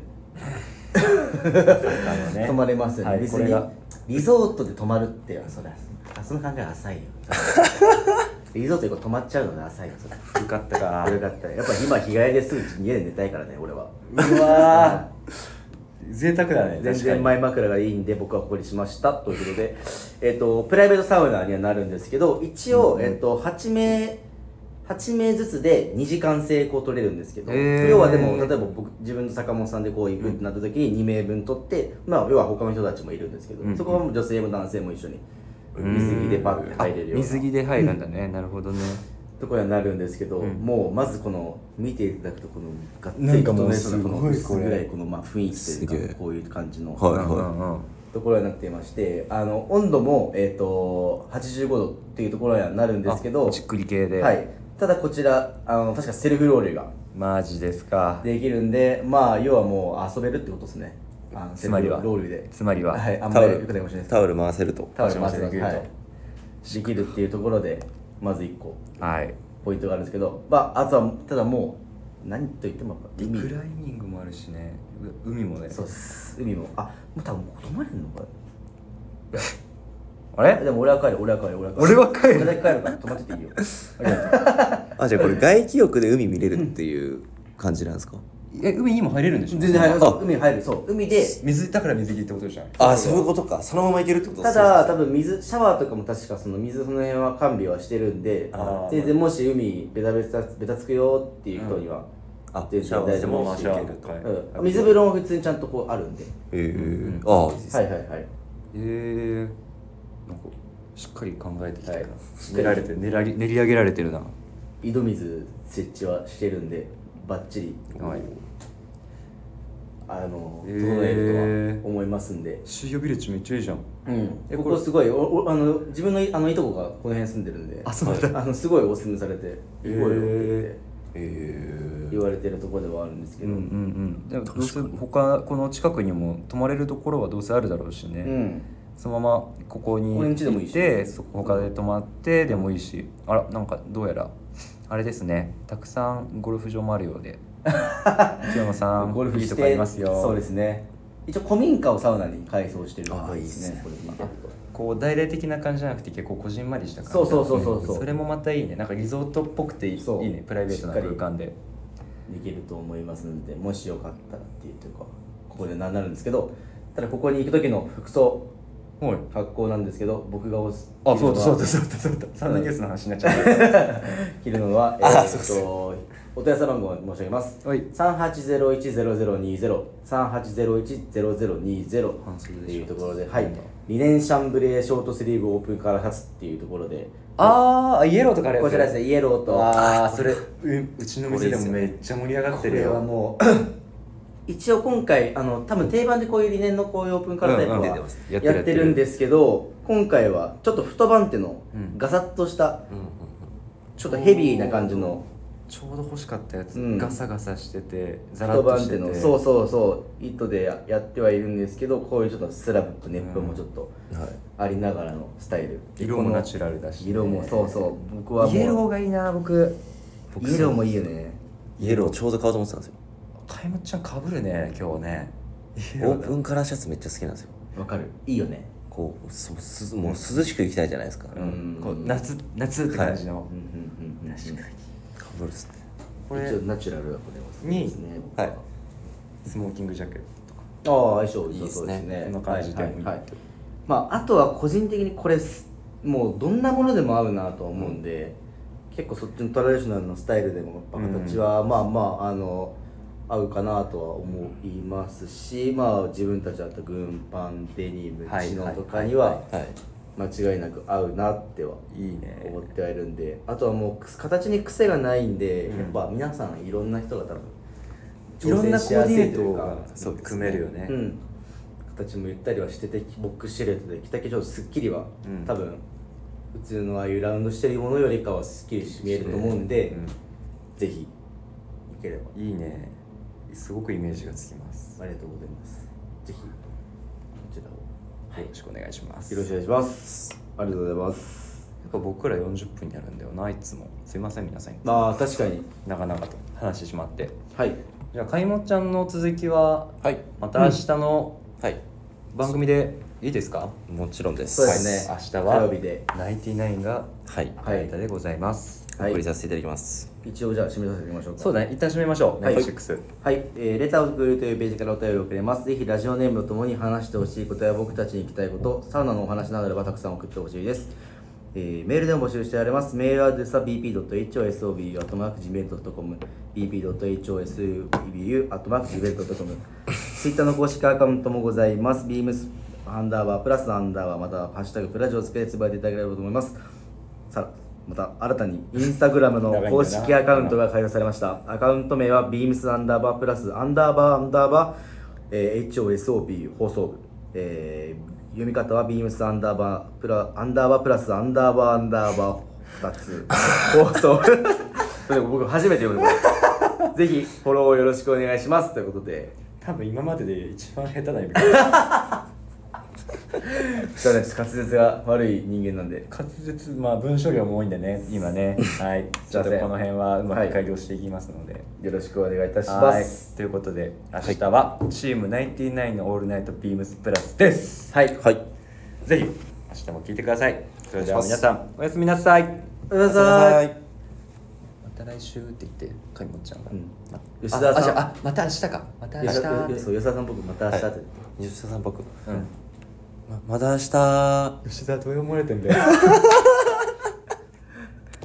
Speaker 2: <laughs> 泊まれません、
Speaker 1: はい
Speaker 2: 別
Speaker 1: これ
Speaker 2: に
Speaker 1: が
Speaker 2: リゾートで泊まるってそれあその考えは
Speaker 1: <laughs>
Speaker 2: 浅いよリゾートでこう泊まっちゃうのね浅いよそれ
Speaker 1: よかったか
Speaker 2: よかったやっぱ今日帰りですぐ家で寝たいからね俺は
Speaker 1: うわー贅沢だね
Speaker 2: 全
Speaker 1: 確か
Speaker 2: 然
Speaker 1: に
Speaker 2: 前枕がいいんで僕はここにしましたということで、えっとプライベートサウナにはなるんですけど一応、えっと8名8名ずつで2時間成功取れるんですけど、
Speaker 1: へー
Speaker 2: 要はでも例えば僕自分の坂本さんでこう行くってなった時に2名分取って、まあ、要は他の人たちもいるんですけど、
Speaker 1: うん
Speaker 2: そこはもう女性も男性も一緒に
Speaker 1: うん
Speaker 2: 水着でパッて入れるような
Speaker 1: あ水着で入るんだね、なるほどね
Speaker 2: ところにはなるんですけど、
Speaker 1: うん
Speaker 2: もうまずこの見ていただくとこのガッ
Speaker 3: な
Speaker 2: ツ
Speaker 3: ん
Speaker 2: リ
Speaker 3: か
Speaker 2: と
Speaker 3: もう
Speaker 2: ねそのこの
Speaker 3: すごいこ
Speaker 2: 薄
Speaker 3: れ
Speaker 2: 暗いこのまあ雰囲気と
Speaker 3: す
Speaker 2: い
Speaker 3: げ
Speaker 2: う
Speaker 3: え
Speaker 2: かこういう感じの
Speaker 3: はいはい
Speaker 1: うんうんうん
Speaker 2: ところになっていましてあの温度も、えー、と85度っていうところにはなるんですけど
Speaker 1: あじっくり系では
Speaker 2: はい、ただこちらあの確かセルフロールが
Speaker 1: マジですか
Speaker 2: できるんでまあ要はもう遊べるってことですねあの
Speaker 1: つまりは
Speaker 2: セルフロールで
Speaker 1: つまりは、
Speaker 2: はい、あんま
Speaker 3: タオ
Speaker 2: りよくないかもしれないで
Speaker 3: ル
Speaker 2: す
Speaker 3: タオル回せると
Speaker 2: タオル回せ
Speaker 1: 回せ
Speaker 2: る
Speaker 1: る
Speaker 2: はい
Speaker 1: と
Speaker 2: できるっていうところでまず1個
Speaker 1: はい
Speaker 2: ポイントがあるんですけど、まあ、あとはただもう何と言ってもやっぱ海
Speaker 1: クライミングもあるしねう海もね
Speaker 2: そうっす海もあもう多分ここ泊まれるのか
Speaker 1: あ
Speaker 2: え
Speaker 1: れ
Speaker 2: でも俺は帰る俺は帰る俺は帰る
Speaker 1: 俺は帰る
Speaker 2: 俺だけ帰るから泊まってていいよ
Speaker 3: あじゃあこれ外気浴で海見れるっていう感じなんですか
Speaker 1: え海にも入れるんでしょ
Speaker 2: <laughs> 全然入る
Speaker 3: あ
Speaker 2: 海入るそう海で
Speaker 1: 水だから水着ってことじゃん
Speaker 3: あそういうことかそのままいけるってこと
Speaker 2: ただ多分水シャワーとかも確かその水その辺は完備はしてるんで
Speaker 3: あー
Speaker 2: 全然もし海ベタベタベタつくよっていう人には、
Speaker 3: あ
Speaker 2: 全
Speaker 3: シ
Speaker 2: 然
Speaker 3: ャワー
Speaker 2: 大
Speaker 3: で
Speaker 2: 丈
Speaker 3: も
Speaker 2: 夫
Speaker 3: いけると
Speaker 1: はい
Speaker 2: うん、水風呂も普通にちゃんとこうあるんで
Speaker 3: えー
Speaker 1: う
Speaker 3: ああいいです
Speaker 2: は
Speaker 3: ね
Speaker 2: いはいはい
Speaker 1: えー、なんかしっかり考えてきたな、
Speaker 2: はい
Speaker 1: 練られて練らり練り上げられてるな
Speaker 2: 井戸水設置はしてるんでバッチリ
Speaker 1: はい
Speaker 2: あの
Speaker 1: へ
Speaker 2: 整
Speaker 1: ー
Speaker 2: えるとは思いますんで、
Speaker 1: シーヨビレッジめっちゃいいじゃん
Speaker 2: うん、
Speaker 1: え
Speaker 2: こ
Speaker 1: これ
Speaker 2: こすごいおおあの自分のいあのいとこがこの辺住んでるんで
Speaker 1: あそうなんだ
Speaker 2: はいあのすごいおすすめされて
Speaker 1: へ
Speaker 2: 行
Speaker 1: ー
Speaker 2: こうよって言って
Speaker 3: え
Speaker 2: 言われてるところではあるんですけ
Speaker 1: う
Speaker 2: ど、
Speaker 1: んうんうんでもどうせ他この近くにも泊まれるところはどうせあるだろうしね、
Speaker 2: うん
Speaker 1: そのままここに
Speaker 2: 俺ん家でもいいし
Speaker 1: 行ってそ他で泊まってでもいいしあらなんかどうやらあれですねたくさんゴルフ場もあるようで木山さん
Speaker 2: ゴルフ
Speaker 1: いい
Speaker 2: し
Speaker 1: と
Speaker 2: て
Speaker 1: こありますよ
Speaker 2: そうですね一応古民家をサウナに改装してる
Speaker 3: あーいいっすね
Speaker 2: これ見てると
Speaker 1: こう大々的な感じじゃなくて結構こじんまりした感じ
Speaker 2: そうそうそうそうそうん
Speaker 1: それもまたいいねなんかリゾートっぽくていいいい
Speaker 2: そう
Speaker 1: ねプライベートな
Speaker 2: しっか
Speaker 1: 空
Speaker 2: り
Speaker 1: 間で
Speaker 2: できると思いますんでもしよかったらっていうとかここで何なるんですけどただここに行く時の服装
Speaker 1: はい
Speaker 2: 格好なんですけど僕がおす
Speaker 1: あそうだそう
Speaker 2: 着
Speaker 1: だ
Speaker 2: る
Speaker 1: そうだそうだサンダーニュースの話になっちゃう
Speaker 2: <laughs> 着るのは、え
Speaker 3: あ
Speaker 2: ー、っとお問い合わせ番号を申し上げます
Speaker 1: はい
Speaker 2: 38010020 38010020っていうところで、はい、リネンシャンブレーショートスリーブオープンカラーシャツっていうところで、
Speaker 1: ああイエローとかあるやつ
Speaker 2: こちらですね、イエローと、
Speaker 1: ああそれううちの店でもめっちゃ盛り上がっ
Speaker 2: こ
Speaker 1: てる
Speaker 2: れは
Speaker 1: よ
Speaker 2: もう一応今回あの多分定番でこういう理念のこういうオープンカラータイプ
Speaker 1: うんうん
Speaker 2: は
Speaker 1: や
Speaker 2: や
Speaker 1: ってる
Speaker 2: ってるんですけど今回はちょっと太番手の
Speaker 1: うん
Speaker 2: ガサッとしたちょっとヘビーな感じの
Speaker 1: ちょうど欲しかったやつ、
Speaker 2: うん
Speaker 1: ガサガサしててザラ
Speaker 2: 太
Speaker 1: ッとし
Speaker 2: 番
Speaker 1: て
Speaker 2: 手
Speaker 1: て
Speaker 2: のそうそうそう糸でややってはいるんですけどこういうちょっとスラブとネップもちょっとありながらのスタイルで
Speaker 1: 色もナチュラルだしね、
Speaker 2: 色もそうそう僕はもう
Speaker 1: イエローがいいな僕僕
Speaker 2: イエローもいいよね
Speaker 3: イエローちょうど買おうと思ってたんですよ
Speaker 1: かえむちゃんかぶるね今日ねイエ
Speaker 3: オ
Speaker 1: ロー
Speaker 3: ー
Speaker 1: だ
Speaker 3: プンカラーシャツめっちゃ好きなんですよ
Speaker 2: わかるいいよね
Speaker 3: こうすすもう涼しく行きたいじゃないですか、
Speaker 1: う
Speaker 3: か
Speaker 1: ん、こう夏夏って感じの、
Speaker 2: うんうんうんうん確か
Speaker 3: ぶるっすね
Speaker 1: これ
Speaker 2: 一応ナチュラルはこれおすすめですね僕
Speaker 3: はい
Speaker 1: スモーキングジャケットとか
Speaker 2: ああ相性いい
Speaker 3: いいっすね
Speaker 2: そうですね
Speaker 1: こんな感じでもいい
Speaker 2: はいはいはいまああとは個人的にこれすもうどんなものでも合うなとは思うんで、結構そっちのトラディショナルのスタイルでもやっぱ
Speaker 1: うん
Speaker 2: 形は、まあまああの合うかなとは思いますし、まあ自分たちだと軍パンデニム
Speaker 1: はい
Speaker 2: チノとかには
Speaker 3: はい
Speaker 2: 間違いなく合うなってはい
Speaker 1: いね
Speaker 2: 思ってはいるんであとはもうく形に癖がないんで、やっぱ皆さんいろんな人が多分
Speaker 1: いろんなコーディネ
Speaker 2: 挑戦しやすい
Speaker 1: ー
Speaker 2: とい
Speaker 1: ト
Speaker 2: うか
Speaker 1: が組めるよね
Speaker 2: うん、形もゆったりはしててボックスシルエットで着たけどすっきりは、
Speaker 1: うん
Speaker 2: 多分普通のああいうラウンドしてるものよりかはすっきりし見えると思うんで、
Speaker 1: うん
Speaker 2: ぜひいければ
Speaker 1: いいねすごくイメージがつきます
Speaker 2: ありがとうございますぜひこちら
Speaker 1: よ
Speaker 2: を
Speaker 1: ろしくお願いします
Speaker 5: よろしくお願いしますありがとうございます
Speaker 1: やっぱ僕ら40分になるんだよないつもすいません皆さん
Speaker 5: まあ確かに
Speaker 1: 長々と話してしまって
Speaker 5: はい
Speaker 1: じゃあかいもちゃんの続きは
Speaker 3: はい
Speaker 1: また明日の
Speaker 3: はい
Speaker 1: 番組でいいですか、
Speaker 3: もちろんです
Speaker 2: そうですね
Speaker 1: 明日
Speaker 2: 火曜
Speaker 1: は
Speaker 2: 日で
Speaker 1: ナインティナインが
Speaker 3: はい、
Speaker 1: カレータでございます、
Speaker 2: はい
Speaker 3: 送りさせていただきます
Speaker 2: 一応じゃあ締めさせてみましょうか
Speaker 1: そうだね一旦締めましょう、
Speaker 2: はい
Speaker 1: ナインティシックス
Speaker 2: はい、えーレターを送るというページからお便りをくれます。ぜひラジオネームとともに話してほしいことや僕たちに聞きたいこと、サウナのお話などあればたくさん送ってほしいです。えーメールでも募集しております。メールアドレスは bp.hosobu.gmail.com、bp.hosobu.gmail.com、Twitter の公式アカウントもございます。beams アンダーバープラスアンダーバーまたはハッシュタグプラジオをつけてつぶやいていただければと思います。さあまた新たにインスタグラムの公式アカウントが開発されましたアカウント名は beams アンダーバープラスアンダーバーアンダーバー、えー HOSOB 放送部、えー読み方は beams アンダーバープラアンダーバープラスアンダーバーアンダーバー2つ放送部それ僕初めて読んだぜひフォローをよろしくお願いしますということで
Speaker 1: 多分今までで一番下手な意味
Speaker 2: ちょっとね滑舌が悪い人間なんで
Speaker 1: 滑舌まあ文章量も多いんで
Speaker 2: <laughs>
Speaker 1: ね今ねはいちょっとこの辺はうまく改良していきますので、
Speaker 2: よろしくお願いいたしま
Speaker 1: はい
Speaker 2: す
Speaker 1: ということで明日はチームナインティナインのオールナイトビームスプラスです、
Speaker 2: はい
Speaker 3: はい
Speaker 1: ぜひ明日も聞いてくださいそれでは皆さんおやすみなさい
Speaker 2: おやすみなさ
Speaker 3: はいい
Speaker 1: また来週って言ってかいもちゃんが、
Speaker 2: うん
Speaker 1: あ
Speaker 2: 吉沢さん
Speaker 1: あじゃああまた明日かまた明日
Speaker 2: 吉田そう吉田さん僕また明日って言って
Speaker 3: 西田さん僕
Speaker 1: うん
Speaker 3: ままだ明日
Speaker 1: 吉沢どう思われてんだよ